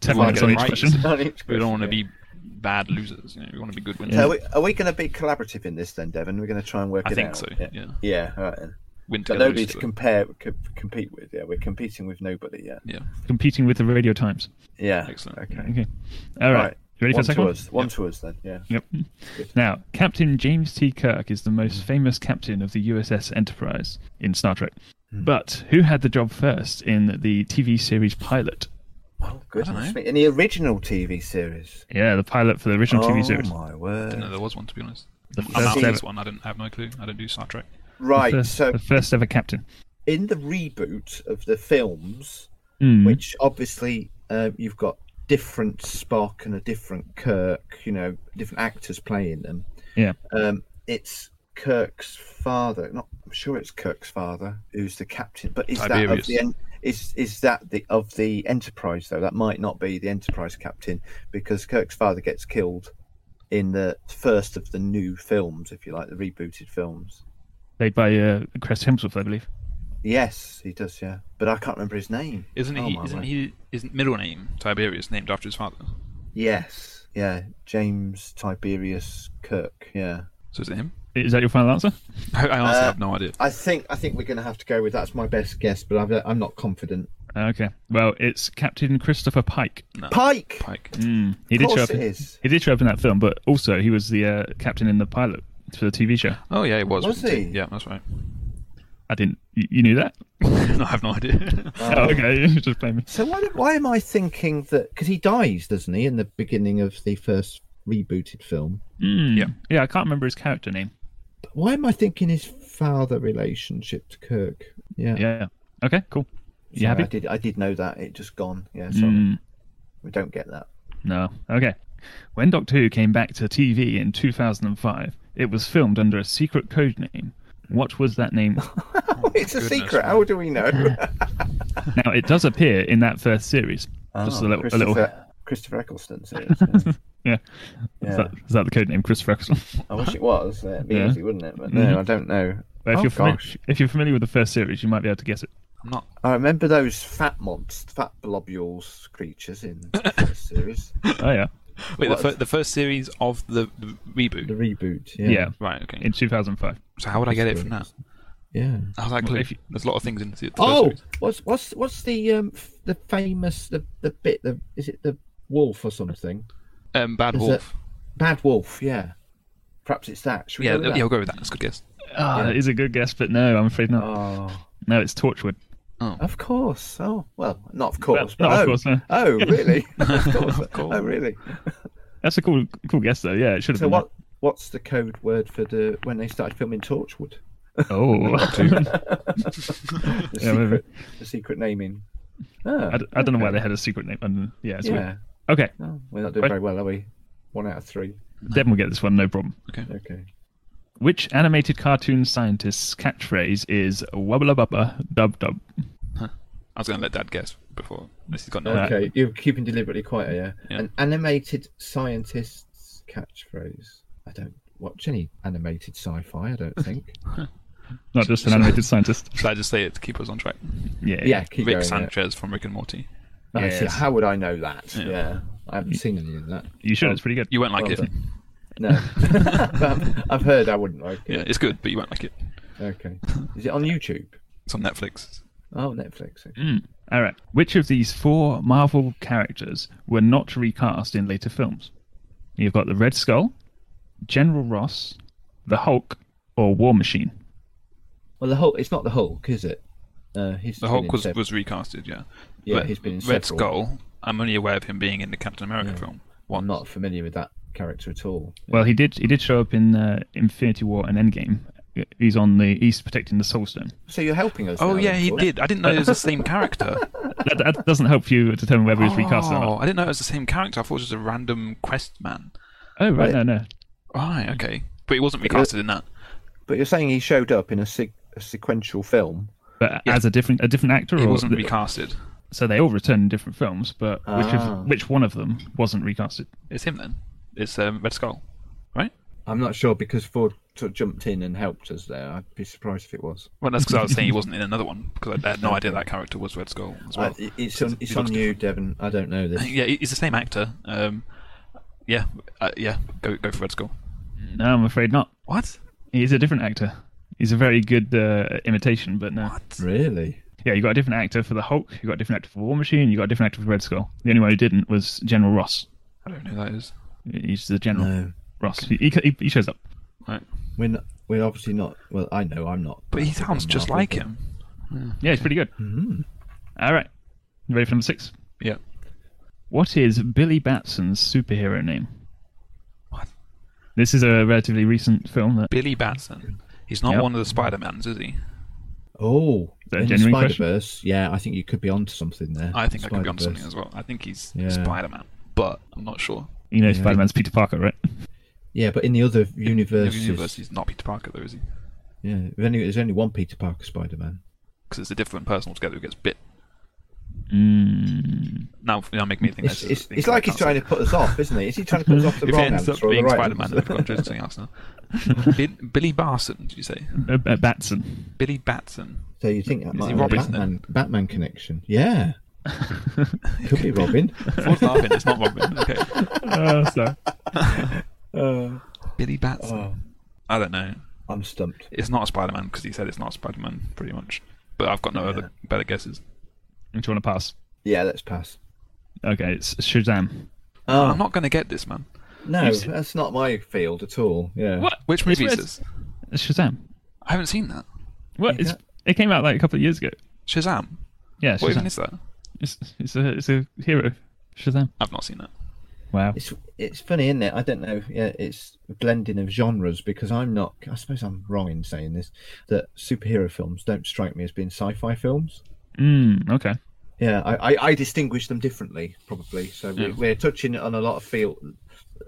[SPEAKER 3] 10
[SPEAKER 2] We wanna
[SPEAKER 3] minutes
[SPEAKER 2] get
[SPEAKER 3] on
[SPEAKER 2] it
[SPEAKER 3] each
[SPEAKER 2] right.
[SPEAKER 3] question.
[SPEAKER 1] On each
[SPEAKER 2] we don't want to
[SPEAKER 1] question,
[SPEAKER 2] be bad losers. You know, we want to be good winners.
[SPEAKER 1] yeah. So are we, are we going to be collaborative in this then, Devon? We're going to try and work
[SPEAKER 2] I
[SPEAKER 1] it
[SPEAKER 2] think
[SPEAKER 1] out.
[SPEAKER 2] so, yeah.
[SPEAKER 1] Yeah. All right. Then.
[SPEAKER 2] Win
[SPEAKER 1] Got
[SPEAKER 2] together,
[SPEAKER 1] nobody
[SPEAKER 2] lose
[SPEAKER 1] to
[SPEAKER 2] together.
[SPEAKER 1] compare, co- compete with. Yeah, we're competing with nobody. Yeah.
[SPEAKER 2] Yeah,
[SPEAKER 3] Competing with the Radio Times.
[SPEAKER 1] Yeah.
[SPEAKER 2] Excellent.
[SPEAKER 1] Okay.
[SPEAKER 3] Okay. All right.
[SPEAKER 1] Right.
[SPEAKER 3] You ready for
[SPEAKER 1] One
[SPEAKER 3] the second
[SPEAKER 1] to
[SPEAKER 3] one?
[SPEAKER 1] us. One to us then. Yeah.
[SPEAKER 3] Yep. Now, Captain James T. Kirk is the most famous captain of the USS Enterprise in Star Trek.
[SPEAKER 1] Hmm.
[SPEAKER 3] But who had the job first in the TV series pilot?
[SPEAKER 1] Oh goodness
[SPEAKER 2] know.
[SPEAKER 1] me! In the original TV series.
[SPEAKER 3] Yeah, the pilot for the original TV series.
[SPEAKER 1] Oh my
[SPEAKER 2] no,
[SPEAKER 1] word!
[SPEAKER 2] there was one to be honest.
[SPEAKER 3] The
[SPEAKER 2] I'm out
[SPEAKER 3] first
[SPEAKER 2] of
[SPEAKER 3] ever,
[SPEAKER 2] this one. I didn't I have no clue. I don't do Star Trek.
[SPEAKER 1] Right,
[SPEAKER 3] first-
[SPEAKER 1] so
[SPEAKER 3] the first ever captain.
[SPEAKER 1] in the reboot of the films,
[SPEAKER 3] Mm.
[SPEAKER 1] which obviously uh, you've got different Spock and a different Kirk, you know, different actors playing them.
[SPEAKER 3] Yeah.
[SPEAKER 1] Um, it's Kirk's father. Not, I'm sure it's Kirk's father who's the captain. But is that of
[SPEAKER 2] Tiberius.
[SPEAKER 1] the en- is is that the of the Enterprise though? That might not be the Enterprise captain because Kirk's father gets killed in the first of the new films, if you like, the rebooted films.
[SPEAKER 3] Played by uh, Chris Hemsworth, I believe.
[SPEAKER 1] Yes, he does. Yeah, but I can't remember his name.
[SPEAKER 2] Isn't
[SPEAKER 1] Oh,
[SPEAKER 2] he?
[SPEAKER 1] my
[SPEAKER 2] Isn't
[SPEAKER 1] word.
[SPEAKER 2] he? Isn't middle name Tiberius named after his father?
[SPEAKER 1] Yes. Yeah, James Tiberius Kirk. Yeah.
[SPEAKER 2] So is it him?
[SPEAKER 3] Is that your final answer?
[SPEAKER 2] I, I honestly
[SPEAKER 1] Uh,
[SPEAKER 2] have no idea.
[SPEAKER 1] I think I think we're going to have to go with that's my best guess, but I'm, I'm not confident.
[SPEAKER 3] Okay. Well, it's Captain Christopher Pike. Hmm.
[SPEAKER 1] Pike.
[SPEAKER 2] Pike.
[SPEAKER 3] He did
[SPEAKER 1] course
[SPEAKER 3] show up.
[SPEAKER 1] it
[SPEAKER 3] in-
[SPEAKER 1] is.
[SPEAKER 3] He did show up in that film, but also he was the uh, captain in the pilot for the TV show.
[SPEAKER 2] Oh yeah, it was.
[SPEAKER 1] Was
[SPEAKER 2] wasn't
[SPEAKER 1] he?
[SPEAKER 2] Yeah, that's right.
[SPEAKER 3] I didn't. You, you knew that?
[SPEAKER 2] no, I have no idea.
[SPEAKER 3] Oh, okay. You just blame me.
[SPEAKER 1] So why do- why am I thinking that? Because he dies, doesn't he, in the beginning of the first rebooted film?
[SPEAKER 3] Mm.
[SPEAKER 2] Yeah.
[SPEAKER 3] Yeah, I can't remember his character name.
[SPEAKER 1] But why am I thinking his father relationship to Kirk? Yeah.
[SPEAKER 3] Yeah. Okay. Cool. You
[SPEAKER 1] Sorry,
[SPEAKER 3] happy?
[SPEAKER 1] I did I did know that. It just gone. Yeah. Sorry.
[SPEAKER 3] Mm.
[SPEAKER 1] We don't get that.
[SPEAKER 3] No. Okay. When Doctor Who came back to TV in 2005, it was filmed under a secret code name. What was that name?
[SPEAKER 1] it's a
[SPEAKER 2] goodness
[SPEAKER 1] secret.
[SPEAKER 2] me.
[SPEAKER 1] How do we know?
[SPEAKER 3] now it does appear in that first series. just a
[SPEAKER 1] Oh,
[SPEAKER 3] little. A
[SPEAKER 1] Christopher,
[SPEAKER 3] little
[SPEAKER 1] Christopher Eccleston series. yeah.
[SPEAKER 3] yeah. Is,
[SPEAKER 1] Yeah.
[SPEAKER 3] that, is that the code name, Christopher Eccleston?
[SPEAKER 1] I wish it was. Uh, it'd be
[SPEAKER 3] Yeah.
[SPEAKER 1] easy, wouldn't it? But no,
[SPEAKER 3] Mhm.
[SPEAKER 1] I don't know.
[SPEAKER 3] But if,
[SPEAKER 1] oh
[SPEAKER 3] you're familiar,
[SPEAKER 1] gosh,
[SPEAKER 3] if you're familiar with the first series, you might be able to guess it.
[SPEAKER 2] I'm not.
[SPEAKER 1] I remember those fat monsters, fat blobules creatures in the first series,
[SPEAKER 3] Oh yeah,
[SPEAKER 2] Wait, the,
[SPEAKER 1] What?
[SPEAKER 2] fir- the first series of the, the reboot.
[SPEAKER 1] the reboot.
[SPEAKER 3] yeah.
[SPEAKER 1] Yeah,
[SPEAKER 2] Right. Okay.
[SPEAKER 3] In 2005.
[SPEAKER 2] so how would I get it from that?
[SPEAKER 1] yeah.
[SPEAKER 2] How's that clear?
[SPEAKER 3] if you-
[SPEAKER 2] There's a lot of things in the, the first
[SPEAKER 1] Oh,
[SPEAKER 2] series.
[SPEAKER 1] what's what's what's the um f- the famous the the bit the is it the wolf or something?
[SPEAKER 2] Um, Bad
[SPEAKER 1] Is it-
[SPEAKER 2] Wolf.
[SPEAKER 1] Bad wolf. Yeah, perhaps it's that. Should we
[SPEAKER 2] Yeah,
[SPEAKER 1] go with
[SPEAKER 2] yeah,
[SPEAKER 1] that?
[SPEAKER 2] we'll go with that. That's a good guess.
[SPEAKER 3] Ah, that is a good guess, but no, I'm afraid not.
[SPEAKER 1] Oh,
[SPEAKER 3] No, it's Torchwood.
[SPEAKER 1] of course. Oh, well, not of course.
[SPEAKER 3] not
[SPEAKER 1] but
[SPEAKER 3] of
[SPEAKER 1] oh,
[SPEAKER 3] course, no.
[SPEAKER 1] oh, really? of, course.
[SPEAKER 2] course.
[SPEAKER 1] Oh, really?
[SPEAKER 3] That's a cool, cool guess though. Yeah, it should have
[SPEAKER 1] So
[SPEAKER 3] been.
[SPEAKER 1] what? What's the code word for the when they started filming Torchwood?
[SPEAKER 3] that. Oh,
[SPEAKER 1] The
[SPEAKER 3] Yeah, maybe.
[SPEAKER 1] secret, the secret naming. Ah,
[SPEAKER 3] I, d- I don't know why they had a secret name. And yeah, it's weird.
[SPEAKER 1] yeah.
[SPEAKER 3] Okay,
[SPEAKER 1] No, we're not doing
[SPEAKER 3] Right.
[SPEAKER 1] very well, are we? One out of three.
[SPEAKER 3] Devin will get this one, no problem.
[SPEAKER 1] Okay.
[SPEAKER 3] Which animated cartoon scientist's catchphrase is "Wubba bubba dub dub"?
[SPEAKER 2] I was going to let Dad guess before. This has got no.
[SPEAKER 1] Okay. You're keeping deliberately quiet, yeah?
[SPEAKER 2] Yeah.
[SPEAKER 1] An animated scientist's catchphrase. I don't watch any animated sci-fi. I don't think.
[SPEAKER 3] not just an animated scientist.
[SPEAKER 2] Should I just say it to keep us on track?
[SPEAKER 3] Yeah,
[SPEAKER 1] Yeah, keep
[SPEAKER 2] Rick
[SPEAKER 1] going, yeah.
[SPEAKER 2] Sanchez from Rick and Morty.
[SPEAKER 1] Oh,
[SPEAKER 3] Yes.
[SPEAKER 1] shit, How would I know that? Yeah.
[SPEAKER 2] Yeah.
[SPEAKER 1] I haven't seen any of that.
[SPEAKER 3] you should. It's pretty good.
[SPEAKER 2] You won't like
[SPEAKER 1] Well
[SPEAKER 2] it.
[SPEAKER 1] done. No, But I've heard I wouldn't like
[SPEAKER 2] Yeah,
[SPEAKER 1] it.
[SPEAKER 2] it's good, but you won't like it.
[SPEAKER 1] Okay, is it on YouTube?
[SPEAKER 2] It's on Netflix.
[SPEAKER 1] Oh, Netflix.
[SPEAKER 2] Mm.
[SPEAKER 3] All right. Which of these four Marvel characters were not recast in later films? You've got the Red Skull, General Ross, the Hulk, or War Machine.
[SPEAKER 1] Well, the Hulk. It's not the Hulk, is it? Uh, he's
[SPEAKER 2] The
[SPEAKER 1] been
[SPEAKER 2] Hulk
[SPEAKER 1] in
[SPEAKER 2] was,
[SPEAKER 1] sev-
[SPEAKER 2] was recasted, yeah.
[SPEAKER 1] Yeah, he's been in
[SPEAKER 2] Red
[SPEAKER 1] several.
[SPEAKER 2] Skull. I'm only aware of him being in the Captain America film. One.
[SPEAKER 1] I'm not familiar with that character at all.
[SPEAKER 3] Well, he did. He did show up in uh, Infinity War and Endgame. He's on the. He's protecting the Soul Stone.
[SPEAKER 1] So you're helping us?
[SPEAKER 2] Oh
[SPEAKER 1] now,
[SPEAKER 2] yeah, he
[SPEAKER 1] Paul.
[SPEAKER 2] did. I didn't know it was the same character.
[SPEAKER 3] That, that doesn't help you determine whether he's recast or
[SPEAKER 2] Oh,
[SPEAKER 3] not.
[SPEAKER 2] I didn't know it was the same character. I thought it was just a random quest man.
[SPEAKER 3] Oh
[SPEAKER 1] Right.
[SPEAKER 3] right, no, no.
[SPEAKER 1] Hmm.
[SPEAKER 2] Right, okay. But he wasn't recasted in that.
[SPEAKER 1] But you're saying he showed up in a, sig- a sequential film.
[SPEAKER 3] But as a different a different actor,
[SPEAKER 2] He
[SPEAKER 3] or
[SPEAKER 2] wasn't recasted.
[SPEAKER 3] so they all return in different films. But which
[SPEAKER 1] Ah.
[SPEAKER 3] of, which one of them wasn't recasted?
[SPEAKER 2] It's him then. It's um, Red Skull, right?
[SPEAKER 1] I'm not sure because Ford sort of jumped in and helped us there. I'd be surprised if it was.
[SPEAKER 2] Well, that's because I was saying he wasn't in another one because I had no idea that character was Red Skull as well.
[SPEAKER 1] Uh, it- it's on,
[SPEAKER 2] He
[SPEAKER 1] it's
[SPEAKER 2] looks
[SPEAKER 1] on you, Devon. I don't know this.
[SPEAKER 2] Yeah, he's the same actor. Um, yeah, uh, yeah. Go go for Red Skull.
[SPEAKER 3] No, I'm afraid not.
[SPEAKER 2] What?
[SPEAKER 3] He's a different actor. He's a very good uh, imitation, but no.
[SPEAKER 1] Really?
[SPEAKER 3] Yeah, you got a different actor for the Hulk. You got a different actor for War Machine. You got a different actor for Red Skull. The only one who didn't was General Ross.
[SPEAKER 2] I don't know who that is.
[SPEAKER 3] He's the General
[SPEAKER 1] No.
[SPEAKER 3] Ross. He, he, he shows up.
[SPEAKER 2] Right.
[SPEAKER 1] We're, not, we're obviously not. Well, I know I'm not.
[SPEAKER 2] But he sounds just like him.
[SPEAKER 3] Yeah, he's pretty good.
[SPEAKER 1] Hmm.
[SPEAKER 3] All right, You ready for number six?
[SPEAKER 2] Yeah.
[SPEAKER 3] What is Billy Batson's superhero name?
[SPEAKER 2] What?
[SPEAKER 3] This is a relatively recent film that
[SPEAKER 2] Billy Batson. He's not
[SPEAKER 3] Yep.
[SPEAKER 2] one of the Spider Mans, is he?
[SPEAKER 1] Oh,
[SPEAKER 3] that a
[SPEAKER 1] in the
[SPEAKER 3] genuine question?
[SPEAKER 1] Spider Verse. Yeah, I think you could be onto something there.
[SPEAKER 2] I think I could be on something
[SPEAKER 1] Spider-Verse.
[SPEAKER 2] as well. I think he's
[SPEAKER 1] Yeah.
[SPEAKER 2] Spider Man, but I'm not sure.
[SPEAKER 3] you know Spider-Man's Peter Parker, right?
[SPEAKER 1] Yeah, but in the other
[SPEAKER 2] The
[SPEAKER 1] universes,
[SPEAKER 2] universe, he's not Peter Parker, though, is he?
[SPEAKER 1] yeah, there's only, there's only one Peter Parker Spider-Man.
[SPEAKER 2] Because it's a different person altogether who gets bit.
[SPEAKER 3] Mm,
[SPEAKER 2] Now, now make me think
[SPEAKER 1] It's,
[SPEAKER 2] that's
[SPEAKER 1] it's, it's like he's trying to put us off, isn't he? Is he trying to put us off the
[SPEAKER 2] If he
[SPEAKER 1] wrong
[SPEAKER 2] ends
[SPEAKER 1] answer
[SPEAKER 2] up
[SPEAKER 1] or the
[SPEAKER 2] being
[SPEAKER 1] right
[SPEAKER 2] Spider Man,
[SPEAKER 1] answer?
[SPEAKER 2] I've got to something else now. Bi- Billy Barson, did you say?
[SPEAKER 3] uh, uh, Batson.
[SPEAKER 2] Billy Batson.
[SPEAKER 1] So you think that
[SPEAKER 2] he
[SPEAKER 1] might be a
[SPEAKER 2] Robin, isn't it?
[SPEAKER 1] Batman, Batman connection? Yeah, could be Robin.
[SPEAKER 2] Ford's laughing, it's not Robin. Okay.
[SPEAKER 3] Oh, sorry.
[SPEAKER 1] Uh,
[SPEAKER 2] Billy Batson.
[SPEAKER 1] oh,
[SPEAKER 2] I don't know.
[SPEAKER 1] I'm stumped.
[SPEAKER 2] It's not Spider Man because he said it's not Spider Man, pretty much. But I've got no other better guesses.
[SPEAKER 3] Do you want to pass?
[SPEAKER 1] Yeah, let's pass.
[SPEAKER 3] Okay, it's Shazam.
[SPEAKER 1] Oh
[SPEAKER 2] I'm not going to get this, man.
[SPEAKER 1] no, that's not my field at all. Yeah.
[SPEAKER 3] What?
[SPEAKER 2] Which movie is
[SPEAKER 3] It's-
[SPEAKER 2] this?
[SPEAKER 3] It's Shazam.
[SPEAKER 2] I haven't seen that.
[SPEAKER 3] What?
[SPEAKER 1] Yeah,
[SPEAKER 3] It's,
[SPEAKER 1] that-
[SPEAKER 3] it came out like a couple of years ago.
[SPEAKER 2] Shazam.
[SPEAKER 3] Yeah,
[SPEAKER 2] What
[SPEAKER 3] Shazam.
[SPEAKER 2] even is that?
[SPEAKER 3] It's, it's a it's a hero. Shazam.
[SPEAKER 2] I've not seen that.
[SPEAKER 3] Wow.
[SPEAKER 1] It's it's funny, isn't it? I don't know. Yeah, it's a blending of genres because I'm not. I suppose I'm wrong in saying this that superhero films don't strike me as being sci-fi films.
[SPEAKER 3] Mm, okay.
[SPEAKER 1] Yeah, I, I, I distinguish them differently, probably. So we, we're touching on a lot of field,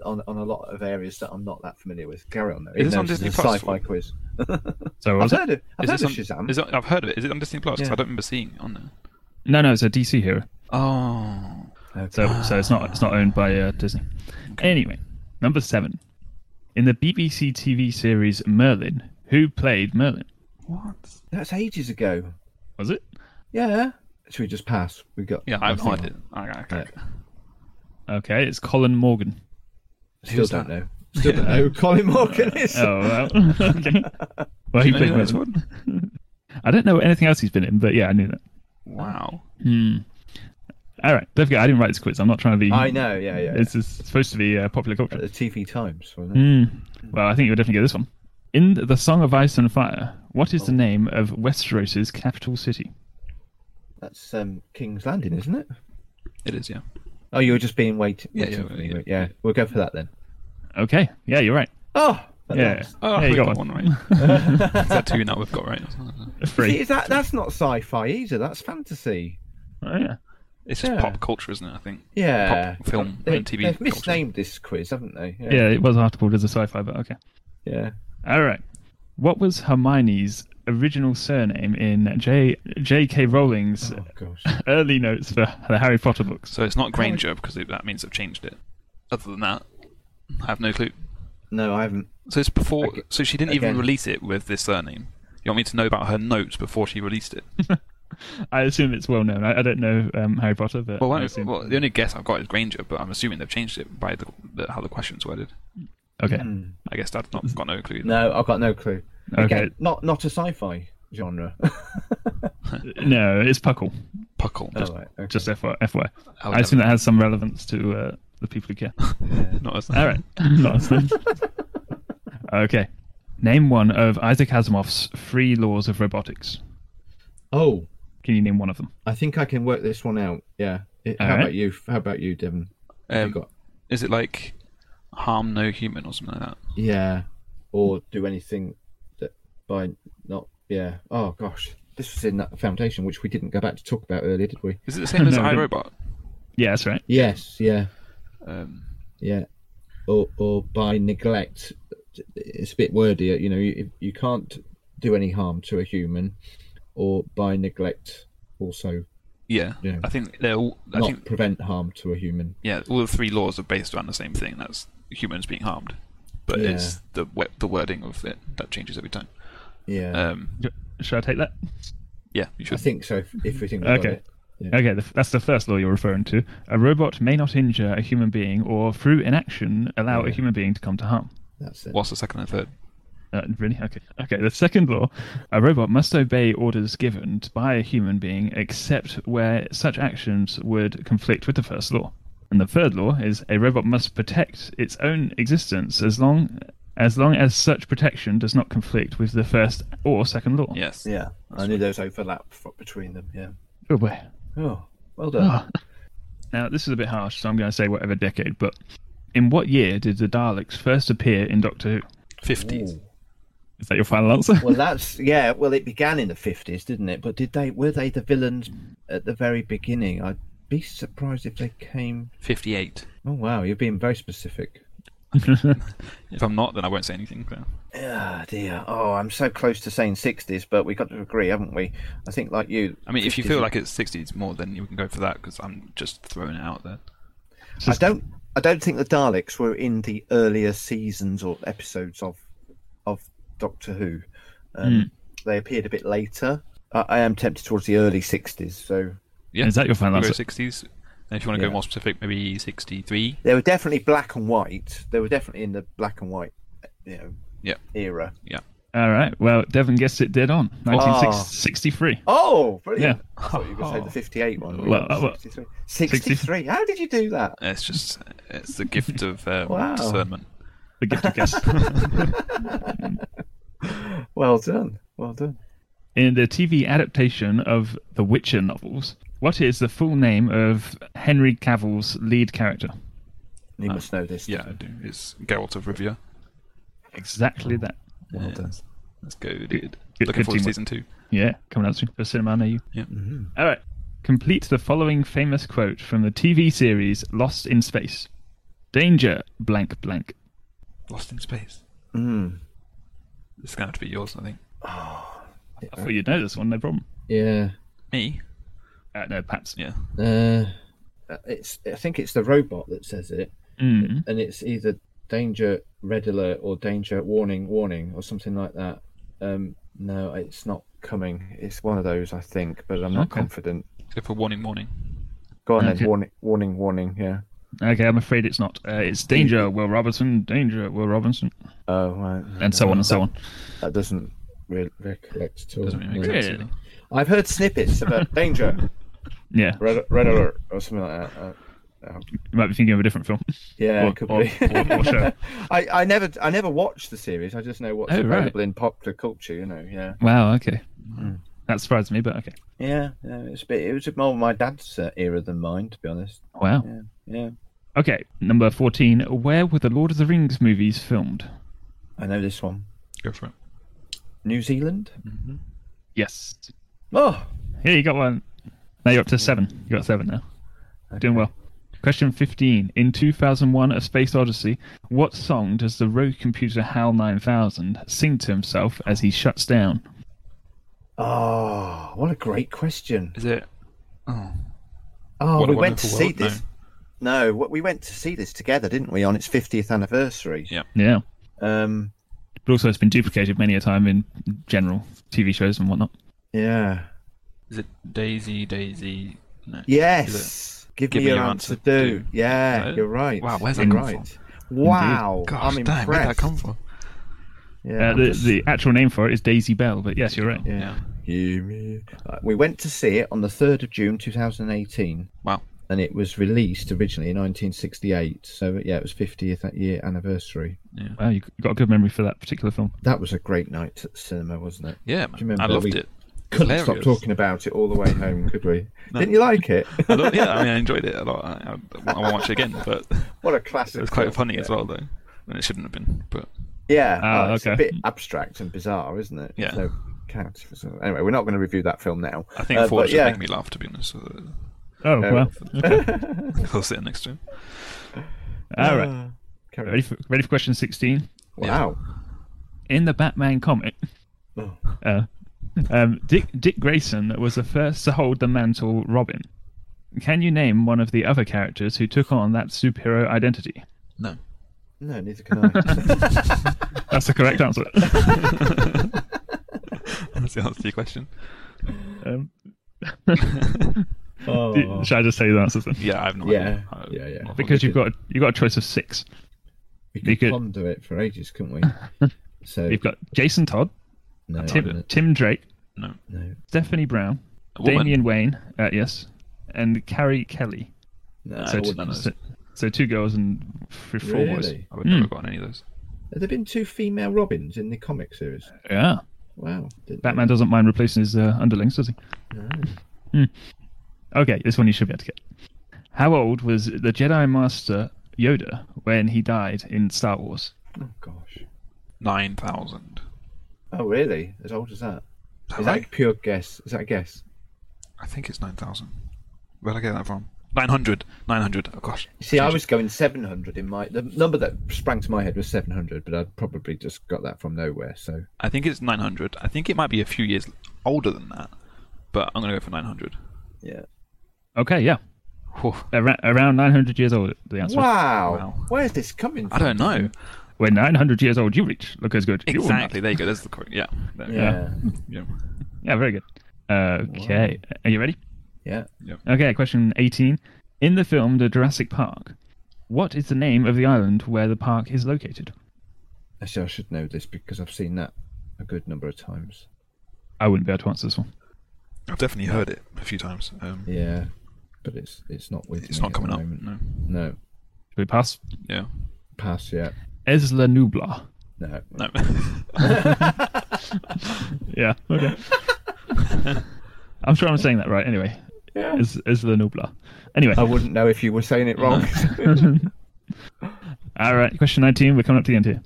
[SPEAKER 1] on, on a lot of areas that I'm not that familiar with. Carry on. Though, even
[SPEAKER 2] this
[SPEAKER 1] though
[SPEAKER 2] on
[SPEAKER 1] is
[SPEAKER 2] Disney
[SPEAKER 1] a
[SPEAKER 2] Plus?
[SPEAKER 1] Sci-fi quiz.
[SPEAKER 3] So what
[SPEAKER 1] I've
[SPEAKER 3] was it?
[SPEAKER 1] heard of, I've heard
[SPEAKER 2] Is
[SPEAKER 1] of
[SPEAKER 2] this on-
[SPEAKER 1] Shazam.
[SPEAKER 2] is it- I've heard of it. Is it on Disney Plus? 'Cause
[SPEAKER 1] Yeah.
[SPEAKER 2] I don't remember seeing it on there.
[SPEAKER 3] No, no, it's a DC hero.
[SPEAKER 2] Oh,
[SPEAKER 3] So so it's not it's not owned by uh, Disney. Anyway, number seven. In the BBC TV series Merlin, who played Merlin?
[SPEAKER 2] what?
[SPEAKER 1] That's ages ago.
[SPEAKER 3] Was it?
[SPEAKER 1] Yeah. Should we just pass? We got.
[SPEAKER 2] Yeah, I've
[SPEAKER 1] nothing.
[SPEAKER 2] heard it. Okay, okay.
[SPEAKER 1] Right.
[SPEAKER 3] Okay, it's Colin Morgan.
[SPEAKER 1] Still
[SPEAKER 2] Who's
[SPEAKER 1] don't
[SPEAKER 2] that?
[SPEAKER 1] know. Still don't know. who Colin Morgan is.
[SPEAKER 3] Oh well. okay. Well, he
[SPEAKER 2] I
[SPEAKER 3] played
[SPEAKER 2] knew this
[SPEAKER 3] Merlin.
[SPEAKER 2] one.
[SPEAKER 3] I don't know anything else he's been in, but yeah, I knew that.
[SPEAKER 2] Wow.
[SPEAKER 3] All right, don't forget, I didn't write this quiz. I'm not trying to be.
[SPEAKER 1] I know. Yeah, yeah.
[SPEAKER 3] This is supposed to be uh, popular
[SPEAKER 1] At
[SPEAKER 3] culture. Hmm.
[SPEAKER 1] the TV Times. Wasn't it?
[SPEAKER 3] Mm. Well, I think you'll definitely get this one. In the Song of Ice and Fire, what
[SPEAKER 2] Oh.
[SPEAKER 3] is the name of Westeros's capital city?
[SPEAKER 1] That's um, King's Landing, isn't it?
[SPEAKER 2] It is, yeah.
[SPEAKER 1] Oh, you were just being wait-
[SPEAKER 2] Yeah,
[SPEAKER 1] waiting.
[SPEAKER 2] yeah,
[SPEAKER 1] for me,
[SPEAKER 2] yeah.
[SPEAKER 1] were- yeah. We'll go for that then.
[SPEAKER 3] Okay, yeah, you're right.
[SPEAKER 1] Oh. at
[SPEAKER 3] Yeah,
[SPEAKER 1] last.
[SPEAKER 2] Oh,
[SPEAKER 3] yeah, you
[SPEAKER 2] we
[SPEAKER 3] got,
[SPEAKER 2] got
[SPEAKER 3] one.
[SPEAKER 2] one right. is that two now we've got right?
[SPEAKER 1] See,
[SPEAKER 3] Three.
[SPEAKER 1] is that that's not sci-fi either. That's fantasy.
[SPEAKER 3] Oh, yeah.
[SPEAKER 2] It's just
[SPEAKER 1] Yeah.
[SPEAKER 2] pop culture, isn't it? I think.
[SPEAKER 1] Yeah.
[SPEAKER 2] Pop film
[SPEAKER 1] They,
[SPEAKER 2] and TV.
[SPEAKER 1] have
[SPEAKER 2] culture.
[SPEAKER 1] misnamed this quiz, haven't they?
[SPEAKER 3] yeah, it was articled as a sci-fi, but okay.
[SPEAKER 1] Yeah.
[SPEAKER 3] All right. What was Hermione's original surname in J J.K. Rowling's
[SPEAKER 1] Oh gosh.
[SPEAKER 3] early notes for the Harry Potter books?
[SPEAKER 2] So it's not Granger because it, that means they've changed it. Other than that, I have no clue.
[SPEAKER 1] No, I haven't.
[SPEAKER 2] So it's before. So she didn't even
[SPEAKER 1] Again.
[SPEAKER 2] release it with this surname. You want me to know about her notes before she released it?
[SPEAKER 3] I assume it's well known. I, I don't know um, Harry Potter, but
[SPEAKER 2] Well,
[SPEAKER 3] I
[SPEAKER 2] I-
[SPEAKER 3] assume-
[SPEAKER 2] well, the only guess I've got is Granger, but I'm assuming they've changed it by the, the how the question's worded.
[SPEAKER 3] okay,
[SPEAKER 2] I guess that's not got no clue.
[SPEAKER 1] No, I've got no clue.
[SPEAKER 3] Okay.
[SPEAKER 1] Again, not not a sci-fi genre.
[SPEAKER 3] no, it's Puckle.
[SPEAKER 2] Puckle,
[SPEAKER 1] All
[SPEAKER 2] just
[SPEAKER 1] right, okay.
[SPEAKER 3] Just FY, FY.
[SPEAKER 2] I'll
[SPEAKER 3] Oh, I assume that has some relevance to uh, the people who care.
[SPEAKER 2] not as
[SPEAKER 3] All right, Not as nice. okay. Name one of Isaac Asimov's three laws of robotics.
[SPEAKER 1] Oh,
[SPEAKER 3] Can you name one of them?
[SPEAKER 1] I think I can work this one out. Yeah. It-
[SPEAKER 3] All
[SPEAKER 1] how
[SPEAKER 3] right.
[SPEAKER 1] about you? How about you, Devon? Have
[SPEAKER 2] Um,
[SPEAKER 1] you got?
[SPEAKER 2] Is it like harm no human or something like that?
[SPEAKER 1] Yeah. Or do anything that by not. Yeah. Oh gosh, this was in that foundation, which we didn't go back to talk about earlier, did we?
[SPEAKER 2] Is it the same as
[SPEAKER 3] No, I don't-
[SPEAKER 2] iRobot?
[SPEAKER 3] Yeah, that's right.
[SPEAKER 1] Yes. Yeah.
[SPEAKER 2] Um,
[SPEAKER 1] Yeah. Or or by neglect. It's a bit wordier. You know, you you can't do any harm to a human, or by neglect also
[SPEAKER 2] yeah,
[SPEAKER 1] Yeah.
[SPEAKER 2] I think they're all. I
[SPEAKER 1] not
[SPEAKER 2] think
[SPEAKER 1] prevent harm to a human.
[SPEAKER 2] yeah, all the three laws are based around the same thing. That's humans being harmed, but
[SPEAKER 1] Yeah.
[SPEAKER 2] it's the we- the wording of it that changes every time.
[SPEAKER 1] Yeah.
[SPEAKER 2] Um,
[SPEAKER 3] Should I take that?
[SPEAKER 2] yeah,
[SPEAKER 1] I
[SPEAKER 2] you should.
[SPEAKER 1] think so. If, if we think about
[SPEAKER 3] Okay.
[SPEAKER 1] it. Yeah.
[SPEAKER 3] Okay, the, that's the first law you're referring to. A robot may not injure a human being or, through inaction, allow a human being to come to harm.
[SPEAKER 1] That's it.
[SPEAKER 2] What's the second and third?
[SPEAKER 3] Uh, really? Okay. Okay. The second law: a robot must obey orders given by a human being, except where such actions would conflict with the first law. And the third law is a robot must protect its own existence as long as long as such protection does not conflict with the first or second law.
[SPEAKER 2] Yes.
[SPEAKER 1] Yeah, I knew there was overlap f- between them. Yeah.
[SPEAKER 3] Oh boy.
[SPEAKER 1] Oh, well
[SPEAKER 2] Ah.
[SPEAKER 1] done.
[SPEAKER 3] Now this is a bit harsh, so I'm going to say whatever decade. But in what year did the Daleks first appear in Doctor Who?
[SPEAKER 2] Fifties.
[SPEAKER 3] Is that your final answer?
[SPEAKER 1] Well, that's yeah. Well, it began in the fifties, didn't it? But did they were they the villains at the very beginning? I'd be surprised if they came.
[SPEAKER 2] Fifty-eight.
[SPEAKER 1] Oh wow, you're being very specific.
[SPEAKER 2] If I'm not, then I won't say anything. So.
[SPEAKER 1] Ah dear. Oh, I'm so close to saying sixties, but we got to agree, haven't we? I think like you.
[SPEAKER 2] I mean, if you
[SPEAKER 1] 50s
[SPEAKER 2] feel like it's sixties more, then you can go for that because I'm just throwing it out there.
[SPEAKER 1] I don't. I don't think the Daleks were in the earlier seasons or episodes of of Doctor Who. Um, They appeared a bit later. I, I am tempted towards the early '60s. So
[SPEAKER 2] Yeah.
[SPEAKER 3] Is that your
[SPEAKER 2] We'll
[SPEAKER 3] final
[SPEAKER 2] go
[SPEAKER 3] answer?
[SPEAKER 2] sixties. And if you want to
[SPEAKER 1] Yeah.
[SPEAKER 2] go more specific, maybe sixty-three.
[SPEAKER 1] they were definitely black and white. They were definitely in the black and white, you know,
[SPEAKER 2] Yeah.
[SPEAKER 1] era.
[SPEAKER 2] Yeah.
[SPEAKER 3] All right. Well, Devon guessed it dead on.
[SPEAKER 1] Oh.
[SPEAKER 3] 1963.
[SPEAKER 1] Oh, brilliant!
[SPEAKER 3] Yeah. Oh.
[SPEAKER 1] I thought you were going to say the '58 one.
[SPEAKER 3] Well, uh,
[SPEAKER 1] got
[SPEAKER 3] well,
[SPEAKER 1] 63. 63. How did you do that?
[SPEAKER 2] It's just it's the gift of um,
[SPEAKER 1] Wow.
[SPEAKER 2] discernment.
[SPEAKER 3] The gift of guess.
[SPEAKER 1] Well done. Well done.
[SPEAKER 3] In the TV adaptation of the Witcher novels, what is the full name of Henry Cavill's lead character? Uh,
[SPEAKER 1] You must know this.
[SPEAKER 2] Yeah, I do. It's Geralt of Rivia.
[SPEAKER 3] Exactly that.
[SPEAKER 1] Well done.
[SPEAKER 2] Let's go, dude.
[SPEAKER 3] good
[SPEAKER 2] Looking forward to
[SPEAKER 3] teamwork.
[SPEAKER 2] season two.
[SPEAKER 3] Yeah, coming out soon for cinema near you.
[SPEAKER 2] Yeah.
[SPEAKER 3] All right. Complete the following famous quote from the TV series Lost in Space. Danger, blank, blank.
[SPEAKER 2] Lost in space.
[SPEAKER 3] Mm.
[SPEAKER 2] This is gonna have to be yours, I think.
[SPEAKER 3] I thought you'd know this one, no problem.
[SPEAKER 1] Yeah.
[SPEAKER 2] Me?
[SPEAKER 3] Uh, no, perhaps.
[SPEAKER 2] Yeah.
[SPEAKER 1] Uh, it's. I think it's the robot that says it.
[SPEAKER 3] Mm.
[SPEAKER 1] and it's either danger red alert or danger warning warning or something like that um no it's not coming it's one of those i think but i'm not
[SPEAKER 3] Okay.
[SPEAKER 1] confident
[SPEAKER 2] Let's go for warning, warning.
[SPEAKER 1] go on
[SPEAKER 3] Okay.
[SPEAKER 1] then warning warning warning yeah
[SPEAKER 3] Okay, I'm afraid it's not. Uh, it's Danger, Will Robinson, Danger, Will Robinson,
[SPEAKER 1] oh right
[SPEAKER 3] and so on and so on.
[SPEAKER 1] that doesn't re- recollect at all
[SPEAKER 2] Doesn't really make
[SPEAKER 1] No.
[SPEAKER 2] sense.
[SPEAKER 3] Really?
[SPEAKER 2] either.
[SPEAKER 1] i've heard snippets about danger
[SPEAKER 3] Yeah,
[SPEAKER 1] red, red alert or something like that uh,
[SPEAKER 3] you might be thinking of a different film.
[SPEAKER 1] yeah,
[SPEAKER 3] Or-
[SPEAKER 1] it could
[SPEAKER 3] or-
[SPEAKER 1] be.
[SPEAKER 3] or- or show.
[SPEAKER 1] I, I never, I never watched the series. I just know what's
[SPEAKER 3] Oh, right.
[SPEAKER 1] available in popular culture. You know, yeah.
[SPEAKER 3] Wow, okay. Mm. That surprised me, but okay.
[SPEAKER 1] Yeah, yeah, it's a bit. It was a bit more my dad's uh, era than mine, to be honest.
[SPEAKER 3] Wow.
[SPEAKER 1] Yeah, yeah.
[SPEAKER 3] Okay, number 14. Where were the Lord of the Rings movies filmed?
[SPEAKER 1] I know this one.
[SPEAKER 2] Go for it.
[SPEAKER 1] New Zealand.
[SPEAKER 2] Hmm.
[SPEAKER 3] Yes.
[SPEAKER 1] Oh,
[SPEAKER 3] Here, you got one. Now you're up to seven. You got seven now. Doing well. Question 15. In 2001 A Space Odyssey, what song does the Rogue computer HAL 9000 sing to himself as he shuts down?
[SPEAKER 1] oh, what a great question.
[SPEAKER 2] Is it
[SPEAKER 1] Oh,
[SPEAKER 2] What a
[SPEAKER 1] we went to
[SPEAKER 2] Wonderful
[SPEAKER 1] see
[SPEAKER 2] World?
[SPEAKER 1] this. No. what we went to see this together, didn't we, on its 50th anniversary?
[SPEAKER 2] Yeah.
[SPEAKER 3] Yeah.
[SPEAKER 1] Um,
[SPEAKER 3] but also it's been duplicated many a time in general TV shows and whatnot.
[SPEAKER 1] Yeah.
[SPEAKER 2] Is it Daisy? Daisy? No.
[SPEAKER 1] Yes. Give, me your answer, do. Yeah,
[SPEAKER 2] No.
[SPEAKER 1] you're right.
[SPEAKER 2] Wow, where's that
[SPEAKER 1] you're
[SPEAKER 2] come
[SPEAKER 1] right.
[SPEAKER 2] from?
[SPEAKER 1] Wow.
[SPEAKER 2] Gosh,
[SPEAKER 1] I'm
[SPEAKER 2] damn,
[SPEAKER 1] impressed.
[SPEAKER 2] where did that come from?
[SPEAKER 1] Yeah,
[SPEAKER 3] Uh,
[SPEAKER 1] I'm
[SPEAKER 3] the,
[SPEAKER 1] just-
[SPEAKER 3] the actual name for it is Daisy Bell, but yes, you're right.
[SPEAKER 1] yeah.
[SPEAKER 2] Yeah.
[SPEAKER 1] You- me- Uh, We went to see it on the 3rd of June 2018,
[SPEAKER 2] Wow.
[SPEAKER 1] and it was released originally in 1968. So, yeah, it was 50th that year anniversary.
[SPEAKER 3] Wow, you got a good memory for that particular film.
[SPEAKER 1] That was a great night at the cinema, wasn't it?
[SPEAKER 2] Yeah,
[SPEAKER 1] Do you
[SPEAKER 2] man. I
[SPEAKER 1] remember
[SPEAKER 2] loved
[SPEAKER 1] we
[SPEAKER 2] it.
[SPEAKER 1] Couldn't
[SPEAKER 2] Hilarious.
[SPEAKER 1] stop talking about it all the way home, could we? Didn't you like it?
[SPEAKER 2] I lo- yeah, I mean, I enjoyed it a lot. I, I, I want to watch it again, but
[SPEAKER 1] what a
[SPEAKER 2] it
[SPEAKER 1] classic.
[SPEAKER 2] was quite
[SPEAKER 1] film.
[SPEAKER 2] funny as well, though. And it shouldn't have been, but
[SPEAKER 1] Yeah,
[SPEAKER 3] Ah,
[SPEAKER 1] well, it's a
[SPEAKER 3] okay.
[SPEAKER 1] bit abstract and bizarre, isn't it?
[SPEAKER 2] Yeah.
[SPEAKER 1] So, counts. So, anyway, we're not going to review that film now.
[SPEAKER 2] I think
[SPEAKER 1] Uh,
[SPEAKER 2] uh,
[SPEAKER 1] but
[SPEAKER 2] Ford should
[SPEAKER 1] yeah.
[SPEAKER 2] make me laugh, to be honest. So
[SPEAKER 3] Oh,
[SPEAKER 1] Fair
[SPEAKER 3] wow. Okay.
[SPEAKER 2] I'll sit next to him.
[SPEAKER 3] All right.
[SPEAKER 1] Uh, Carry on.
[SPEAKER 3] Ready for, ready for question 16?
[SPEAKER 1] Wow.
[SPEAKER 3] In the Batman comic,
[SPEAKER 1] Oh.
[SPEAKER 3] uh, um, Dick, Dick Grayson was the first to hold the mantle Robin. Can you name one of the other characters who took on that superhero identity?
[SPEAKER 2] No.
[SPEAKER 1] No, neither can I.
[SPEAKER 3] That's the correct answer.
[SPEAKER 2] That's the answer to your question.
[SPEAKER 3] Um,
[SPEAKER 1] oh.
[SPEAKER 3] Should I just tell you the answers then?
[SPEAKER 2] Yeah, I have no
[SPEAKER 1] Yeah,
[SPEAKER 2] idea. I-
[SPEAKER 1] yeah, yeah.
[SPEAKER 2] I'll
[SPEAKER 3] Because
[SPEAKER 2] probably
[SPEAKER 3] you've got a, you've got a choice of six.
[SPEAKER 1] We
[SPEAKER 3] You
[SPEAKER 1] could,
[SPEAKER 3] could-
[SPEAKER 1] ponder it for ages, couldn't we? So
[SPEAKER 3] You've got Jason Todd,
[SPEAKER 1] no,
[SPEAKER 3] Tim,
[SPEAKER 1] no,
[SPEAKER 3] Tim Drake,
[SPEAKER 2] No.
[SPEAKER 1] no,
[SPEAKER 3] Stephanie Brown,
[SPEAKER 2] A woman.
[SPEAKER 3] Damian Wayne, uh, yes, and Carrie Kelly.
[SPEAKER 1] no.
[SPEAKER 3] So,
[SPEAKER 2] wouldn't
[SPEAKER 3] two,
[SPEAKER 2] know
[SPEAKER 3] so, so two girls and f- four boys.
[SPEAKER 1] Really?
[SPEAKER 2] I would never have gotten any of those.
[SPEAKER 1] Have there been two female Robins in the comic series?
[SPEAKER 3] Yeah.
[SPEAKER 1] Wow. Didn't
[SPEAKER 3] Batman doesn't mind replacing his uh, underlings, does he? Hmm. Okay, this one you should be able to get. How old was the Jedi Master Yoda when he died in Star Wars?
[SPEAKER 1] know. Oh gosh.
[SPEAKER 2] 9,000.
[SPEAKER 1] Oh really? As old as that?
[SPEAKER 2] Is that
[SPEAKER 1] Is
[SPEAKER 2] right?
[SPEAKER 1] that a pure guess? Is that a guess?
[SPEAKER 2] I think it's 9,000. Where'd I get that from? 900. 900. Oh, gosh.
[SPEAKER 1] See, I was going 700 in my. The number that sprang to my head was 700, but I probably just got that from nowhere. So
[SPEAKER 2] I think it's 900. I think it might be a few years older than that, but I'm going to go for 900.
[SPEAKER 1] yeah.
[SPEAKER 3] Okay, yeah,
[SPEAKER 2] Whew.
[SPEAKER 3] Ara- around 900 years old. The answer. is.
[SPEAKER 1] Wow.
[SPEAKER 2] Wow.
[SPEAKER 1] Where's this coming from?
[SPEAKER 2] I don't know.
[SPEAKER 3] When 900 years old you reach, look as good. You will not.
[SPEAKER 2] Exactly. There you go. There's the correct. Yeah. There.
[SPEAKER 1] Yeah.
[SPEAKER 2] Yeah.
[SPEAKER 3] Yeah, very good. Okay, are you ready?
[SPEAKER 1] Yeah.
[SPEAKER 3] Okay, question 18. In the film The Jurassic Park, what is the name of the island where the park is located?
[SPEAKER 1] Actually, I should know this because I've seen that a good number of times.
[SPEAKER 3] I wouldn't be able to answer this one.
[SPEAKER 2] I've definitely heard it a few times. Um,
[SPEAKER 1] Yeah. But it's it's not with
[SPEAKER 2] It's
[SPEAKER 1] me
[SPEAKER 2] not
[SPEAKER 1] at
[SPEAKER 2] coming
[SPEAKER 1] the
[SPEAKER 2] up.
[SPEAKER 1] moment.
[SPEAKER 2] No.
[SPEAKER 1] No.
[SPEAKER 3] Should we pass?
[SPEAKER 2] Yeah.
[SPEAKER 1] Pass. Yeah.
[SPEAKER 3] Esla Nublar.
[SPEAKER 1] No.
[SPEAKER 2] No.
[SPEAKER 3] Yeah. Okay. I'm sure I'm saying that right. Anyway,
[SPEAKER 1] Yeah.
[SPEAKER 3] is is the Nubla. Anyway,
[SPEAKER 1] I wouldn't know if you were saying it wrong.
[SPEAKER 3] all right. Question 19. We're coming up to the end here.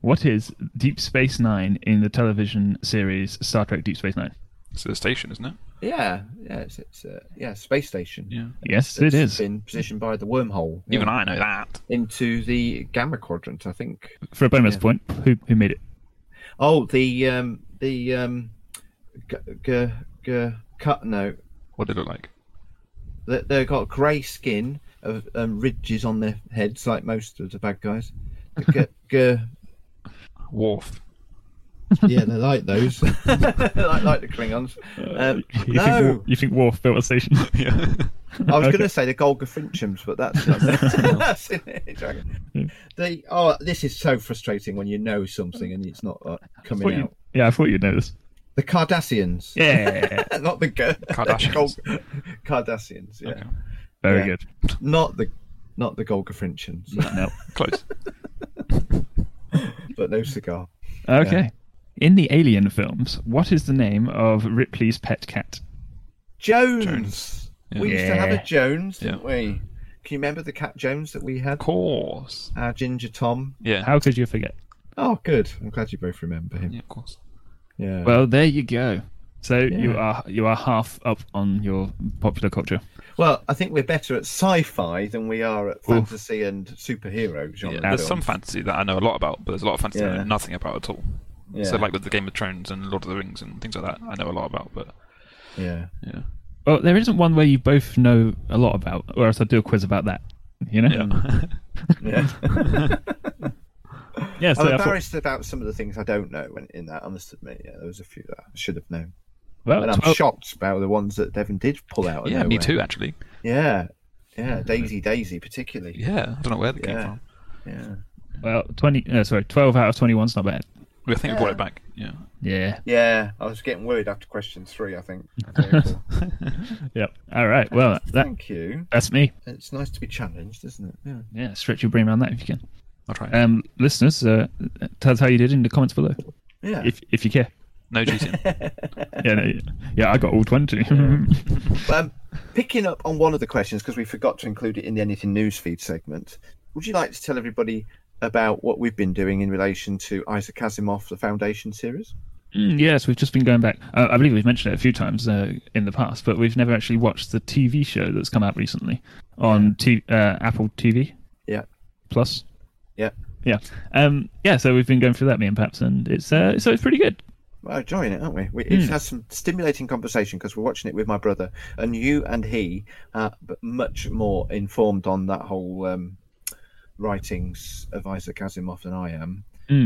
[SPEAKER 3] What is Deep Space Nine in the television series Star Trek Deep Space Nine?
[SPEAKER 2] it's a station, isn't it?
[SPEAKER 1] yeah. Yeah. It's, it's uh, yeah. Space station.
[SPEAKER 2] Yeah.
[SPEAKER 3] Yes, it
[SPEAKER 1] It's
[SPEAKER 3] is.
[SPEAKER 1] Been positioned by the wormhole. yeah,
[SPEAKER 2] Even I know that.
[SPEAKER 1] into the gamma quadrant, I think.
[SPEAKER 3] For a bonus point, who who made it?
[SPEAKER 1] Oh, the um, the um, g- g- g- cut no,
[SPEAKER 2] What did it look like?
[SPEAKER 1] they- they've got grey skin of um, ridges on their heads, like most of the bad guys. The G- g-
[SPEAKER 2] Wharf.
[SPEAKER 1] yeah, they're like those, like, like the Klingons. Um,
[SPEAKER 3] You think
[SPEAKER 1] no,
[SPEAKER 3] Wa- Uh, you think Worf built a station?
[SPEAKER 2] yeah.
[SPEAKER 1] I was
[SPEAKER 3] okay.
[SPEAKER 1] going to say the Golga Finchams, but that's not that's in it. They oh, this is so frustrating when you know something and it's not uh,
[SPEAKER 3] Thought
[SPEAKER 1] coming
[SPEAKER 3] you-
[SPEAKER 1] out.
[SPEAKER 3] yeah, I thought you'd know this.
[SPEAKER 1] The Cardassians,
[SPEAKER 3] Yeah,
[SPEAKER 1] not the G-
[SPEAKER 2] Kardashians.
[SPEAKER 1] Gol- Cardassians, yeah.
[SPEAKER 2] Okay.
[SPEAKER 3] very
[SPEAKER 1] Yeah.
[SPEAKER 3] good.
[SPEAKER 1] not the not the Golga Finchans,
[SPEAKER 3] No.
[SPEAKER 2] Close.
[SPEAKER 1] but no cigar.
[SPEAKER 3] Okay. In the Alien films, what is the name of Ripley's pet cat?
[SPEAKER 1] Jones.
[SPEAKER 2] Jones.
[SPEAKER 1] We used to have
[SPEAKER 3] Yeah.
[SPEAKER 1] a Jones,
[SPEAKER 2] Yeah.
[SPEAKER 1] didn't we? Can you remember the cat Jones that we had?
[SPEAKER 2] Of course.
[SPEAKER 1] Our Ginger Tom.
[SPEAKER 2] Yeah.
[SPEAKER 3] How could you forget?
[SPEAKER 1] Oh, good. I'm glad you both remember him.
[SPEAKER 2] Yeah, of course.
[SPEAKER 1] Yeah. Well,
[SPEAKER 3] Well, there you go. So you
[SPEAKER 1] Yeah.
[SPEAKER 3] are you are half up on your popular culture.
[SPEAKER 1] I think we're better at sci-fi than we are at fantasy and superhero genre.
[SPEAKER 2] Yeah, there's some
[SPEAKER 1] films.
[SPEAKER 2] fantasy that I know a lot about, but there's a lot of fantasy that I
[SPEAKER 1] Yeah.
[SPEAKER 2] know nothing about at all.
[SPEAKER 1] Yeah.
[SPEAKER 2] So, like with the Game of Thrones and Lord of the Rings and things like that, I know a lot about, but
[SPEAKER 1] yeah.
[SPEAKER 2] yeah.
[SPEAKER 3] Well, there isn't one where you both know a lot about,
[SPEAKER 1] Mm.
[SPEAKER 3] or else I'd do a quiz about that. You know?
[SPEAKER 2] Yeah.
[SPEAKER 1] Yeah.
[SPEAKER 3] Yeah, so
[SPEAKER 1] I'm
[SPEAKER 3] I thought-
[SPEAKER 1] embarrassed about some of the things I don't know in, in that. I must admit, yeah, there was a few that I should have known,
[SPEAKER 3] well,
[SPEAKER 1] and I'm
[SPEAKER 3] twelve-
[SPEAKER 1] shocked about the ones that Devon did pull out. Of
[SPEAKER 2] Uh, yeah, me
[SPEAKER 1] nowhere.
[SPEAKER 2] too, actually.
[SPEAKER 1] Yeah, yeah, Daisy, Daisy, particularly.
[SPEAKER 2] Yeah, I don't know where they came
[SPEAKER 1] Yeah.
[SPEAKER 2] from.
[SPEAKER 1] Yeah,
[SPEAKER 3] well, twenty. Uh, sorry, twelve out of twenty-one's not bad.
[SPEAKER 2] I think we brought it back. Yeah.
[SPEAKER 3] Yeah.
[SPEAKER 1] yeah. I was getting worried after question three. I think.
[SPEAKER 3] Yep. All right. Well, that
[SPEAKER 1] Thank you.
[SPEAKER 3] that's me.
[SPEAKER 1] It's nice to be challenged, isn't it? Yeah.
[SPEAKER 3] Yeah, stretch your brain around that if you can.
[SPEAKER 2] I'll try. it.
[SPEAKER 3] Um, listeners, uh, tell us how you did in the comments below
[SPEAKER 1] Yeah.
[SPEAKER 3] if if you care.
[SPEAKER 2] no cheating.
[SPEAKER 3] Yeah, no, yeah. yeah, I got all twenty.
[SPEAKER 1] um, picking up on one of the questions because we forgot to include it in the anything news feed segment. Would you like to tell everybody about what we've been doing in relation to Isaac Asimov, the Foundation series?
[SPEAKER 3] Mm, yes, we've just been going back. Uh, I believe we've mentioned it a few times uh, in the past, but we've never actually watched the TV show that's come out recently on t- uh, Apple TV
[SPEAKER 1] Yeah.
[SPEAKER 3] Plus.
[SPEAKER 1] Yeah.
[SPEAKER 3] Yeah, um, yeah. So we've been going through that, me and Paps, and it's uh, so it's pretty good.
[SPEAKER 1] We're enjoying it, aren't we? we It has some stimulating conversation because we're watching it with my brother, and you and he are b- much more informed on that whole um, writings of Isaac Asimov than I am.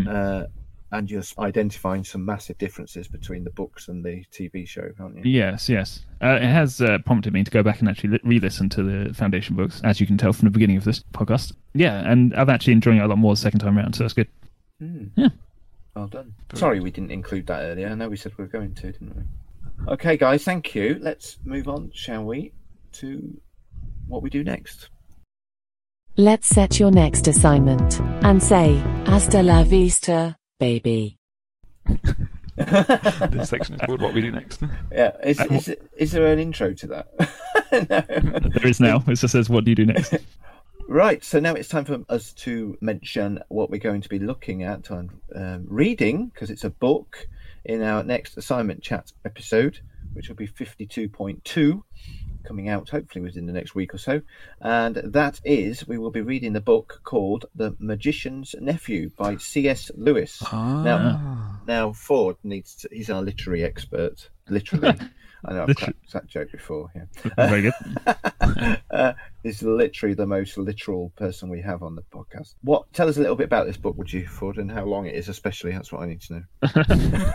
[SPEAKER 1] Uh, and you're s- identifying some massive differences between the books and the TV show, aren't you?
[SPEAKER 3] Yes, yes. Uh, it has uh, prompted me to go back and actually li- re-listen to the Foundation books, as you can tell from the beginning of this podcast. Yeah, and I'm actually enjoying it a lot more the second time around, so that's good.
[SPEAKER 1] Hmm. Well done. Sorry we didn't include that earlier. I know we said we were going to, didn't we? Okay, guys, thank you. Let's move on, shall we, to what we do next.
[SPEAKER 4] Let's set your next assignment and say, hasta la vista, baby.
[SPEAKER 2] this section is called What We Do Next.
[SPEAKER 1] Yeah, is, is, it- is there an intro to that? No.
[SPEAKER 3] There is now. It just says, "What do you do next?"
[SPEAKER 1] Right, so now it's time for us to mention what we're going to be looking at and um, reading, because it's a book, in our next assignment chat episode, which will be 52.2, coming out hopefully within the next week or so. And that is, we will be reading the book called The Magician's Nephew by C.S. Lewis.
[SPEAKER 3] Ah.
[SPEAKER 1] Now, now, Ford needs to, he's our literary expert, literally. I know I've
[SPEAKER 3] Liter-
[SPEAKER 1] cracked that joke before, yeah
[SPEAKER 3] Very good.
[SPEAKER 1] uh, is literally the most literal person we have on the podcast. What? Tell us a little bit about this book, would you, Ford, and how long it is, especially. That's what I need to know.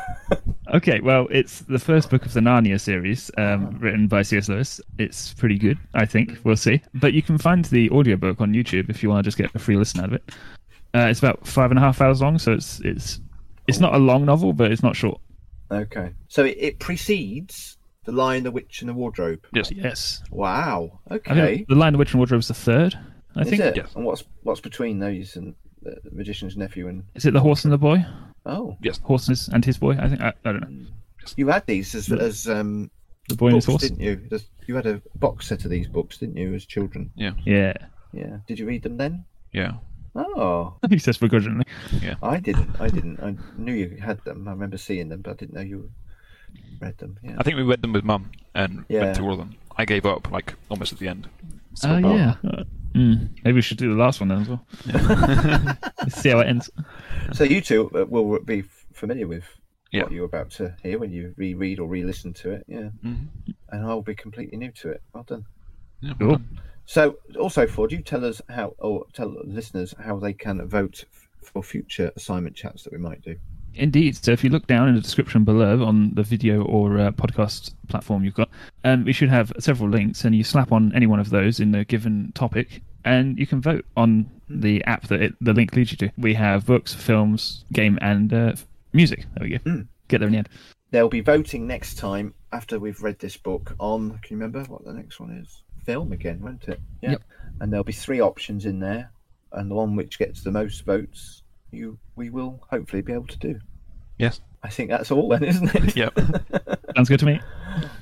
[SPEAKER 3] Okay, well, it's the first book of the Narnia series, um, written by C.S. Lewis. It's pretty good, I think. We'll see. But you can find the audiobook on YouTube if you want to just get a free listen out of it. Uh, it's about five and a half hours long, so it's it's it's not a long novel, but it's not short.
[SPEAKER 1] Okay, so it, it precedes the Lion, the Witch, and the Wardrobe.
[SPEAKER 2] Yes.
[SPEAKER 3] Yes,
[SPEAKER 1] Wow.
[SPEAKER 3] I think
[SPEAKER 1] Okay.
[SPEAKER 3] the Lion, the Witch, and Wardrobe is the third. I
[SPEAKER 1] is
[SPEAKER 3] think
[SPEAKER 1] it?
[SPEAKER 2] yes.
[SPEAKER 1] And what's what's between those and the magician's nephew and
[SPEAKER 3] Is it the horse and the boy?
[SPEAKER 1] oh,
[SPEAKER 2] Yes.
[SPEAKER 3] Horse and his, and his boy? I think I, I don't know.
[SPEAKER 1] you had these as as um
[SPEAKER 3] The boy and his
[SPEAKER 1] books,
[SPEAKER 3] horse.
[SPEAKER 1] didn't you? There's- You had a box set of these books, didn't you, as children?
[SPEAKER 3] Yeah,
[SPEAKER 1] Yeah. Did you read them then?
[SPEAKER 2] Yeah.
[SPEAKER 1] Oh,
[SPEAKER 3] he says begrudgingly.
[SPEAKER 1] I didn't. I didn't. I knew you had them. I remember seeing them, but I didn't know you read them. Yeah.
[SPEAKER 2] I think we read them with mum and
[SPEAKER 1] Yeah.
[SPEAKER 2] went through all of them. I gave up like almost at the end.
[SPEAKER 3] Oh yeah. Uh, mm. Maybe we should do the last one then as well. See how it ends.
[SPEAKER 1] So you two uh, will be f- familiar with
[SPEAKER 2] Yeah.
[SPEAKER 1] what you're about to hear when you reread or re-listen to it. Yeah, and I'll be completely new to it. Well done.
[SPEAKER 2] Yeah, well
[SPEAKER 3] Cool.
[SPEAKER 2] done.
[SPEAKER 1] So, also, Ford, you tell us how, or tell listeners how they can vote f- for future assignment chats that we might do.
[SPEAKER 3] Indeed. So if you look down in the description below on the video or uh, podcast platform you've got, um, we should have several links, and you slap on any one of those in the given topic, and you can vote on the app that it, the link leads you to. We have books, films, game, and uh, music. There we go.
[SPEAKER 1] Hmm.
[SPEAKER 3] Get there in the end.
[SPEAKER 1] They'll be voting next time after we've read this book on. Can you remember what the next one is? Film again, won't it? Yeah.
[SPEAKER 3] Yep.
[SPEAKER 1] And there'll be three options in there, and the one which gets the most votes, you we will hopefully be able to do.
[SPEAKER 2] Yes.
[SPEAKER 1] I think that's all then, isn't it?
[SPEAKER 2] Yep.
[SPEAKER 3] Sounds good to me.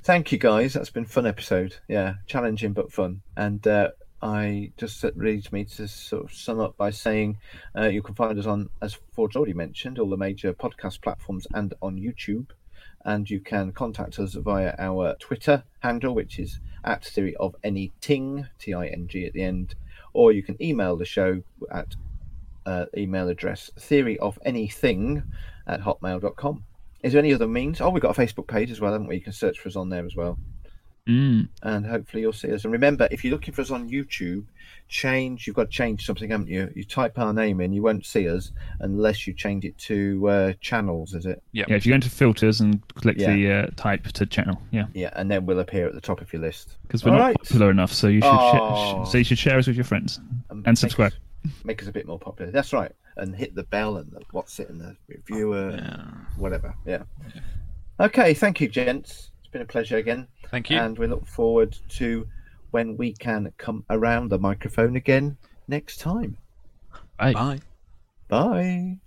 [SPEAKER 1] thank you guys that's been a fun episode yeah challenging but fun and uh, i just that leads me to sort of sum up by saying uh, you can find us on as ford's already mentioned all the major podcast platforms and on youtube and you can contact us via our twitter handle which is at theory of any ting t-i-n-g at the end or you can email the show at uh, email address theory of anything at hotmail.com is there any other means? Oh, we've got a Facebook page as well, haven't we? You can search for us on there as well.
[SPEAKER 3] Mm.
[SPEAKER 1] and hopefully you'll see us. And remember, if you're looking for us on YouTube, change. You've got to change something, haven't you? You type our name in, you won't see us unless you change it to uh, channels. Is it?
[SPEAKER 3] Yeah, if you go into filters and click
[SPEAKER 1] Yeah.
[SPEAKER 3] the uh, type to channel, yeah,
[SPEAKER 1] Yeah, and then we'll appear at the top of your list.
[SPEAKER 3] because we're
[SPEAKER 1] All
[SPEAKER 3] not
[SPEAKER 1] right.
[SPEAKER 3] popular enough, so you should
[SPEAKER 1] Oh.
[SPEAKER 3] share, so you should share us with your friends
[SPEAKER 1] Um,
[SPEAKER 3] and subscribe.
[SPEAKER 1] Make us, make us a bit more popular. That's right. And hit the bell and the what's it and the reviewer, whatever. Yeah. Okay. Thank you, gents. It's been a pleasure again.
[SPEAKER 2] Thank you.
[SPEAKER 1] And we look forward to when we can come around the microphone again next time.
[SPEAKER 3] Bye.
[SPEAKER 2] Bye.
[SPEAKER 1] Bye.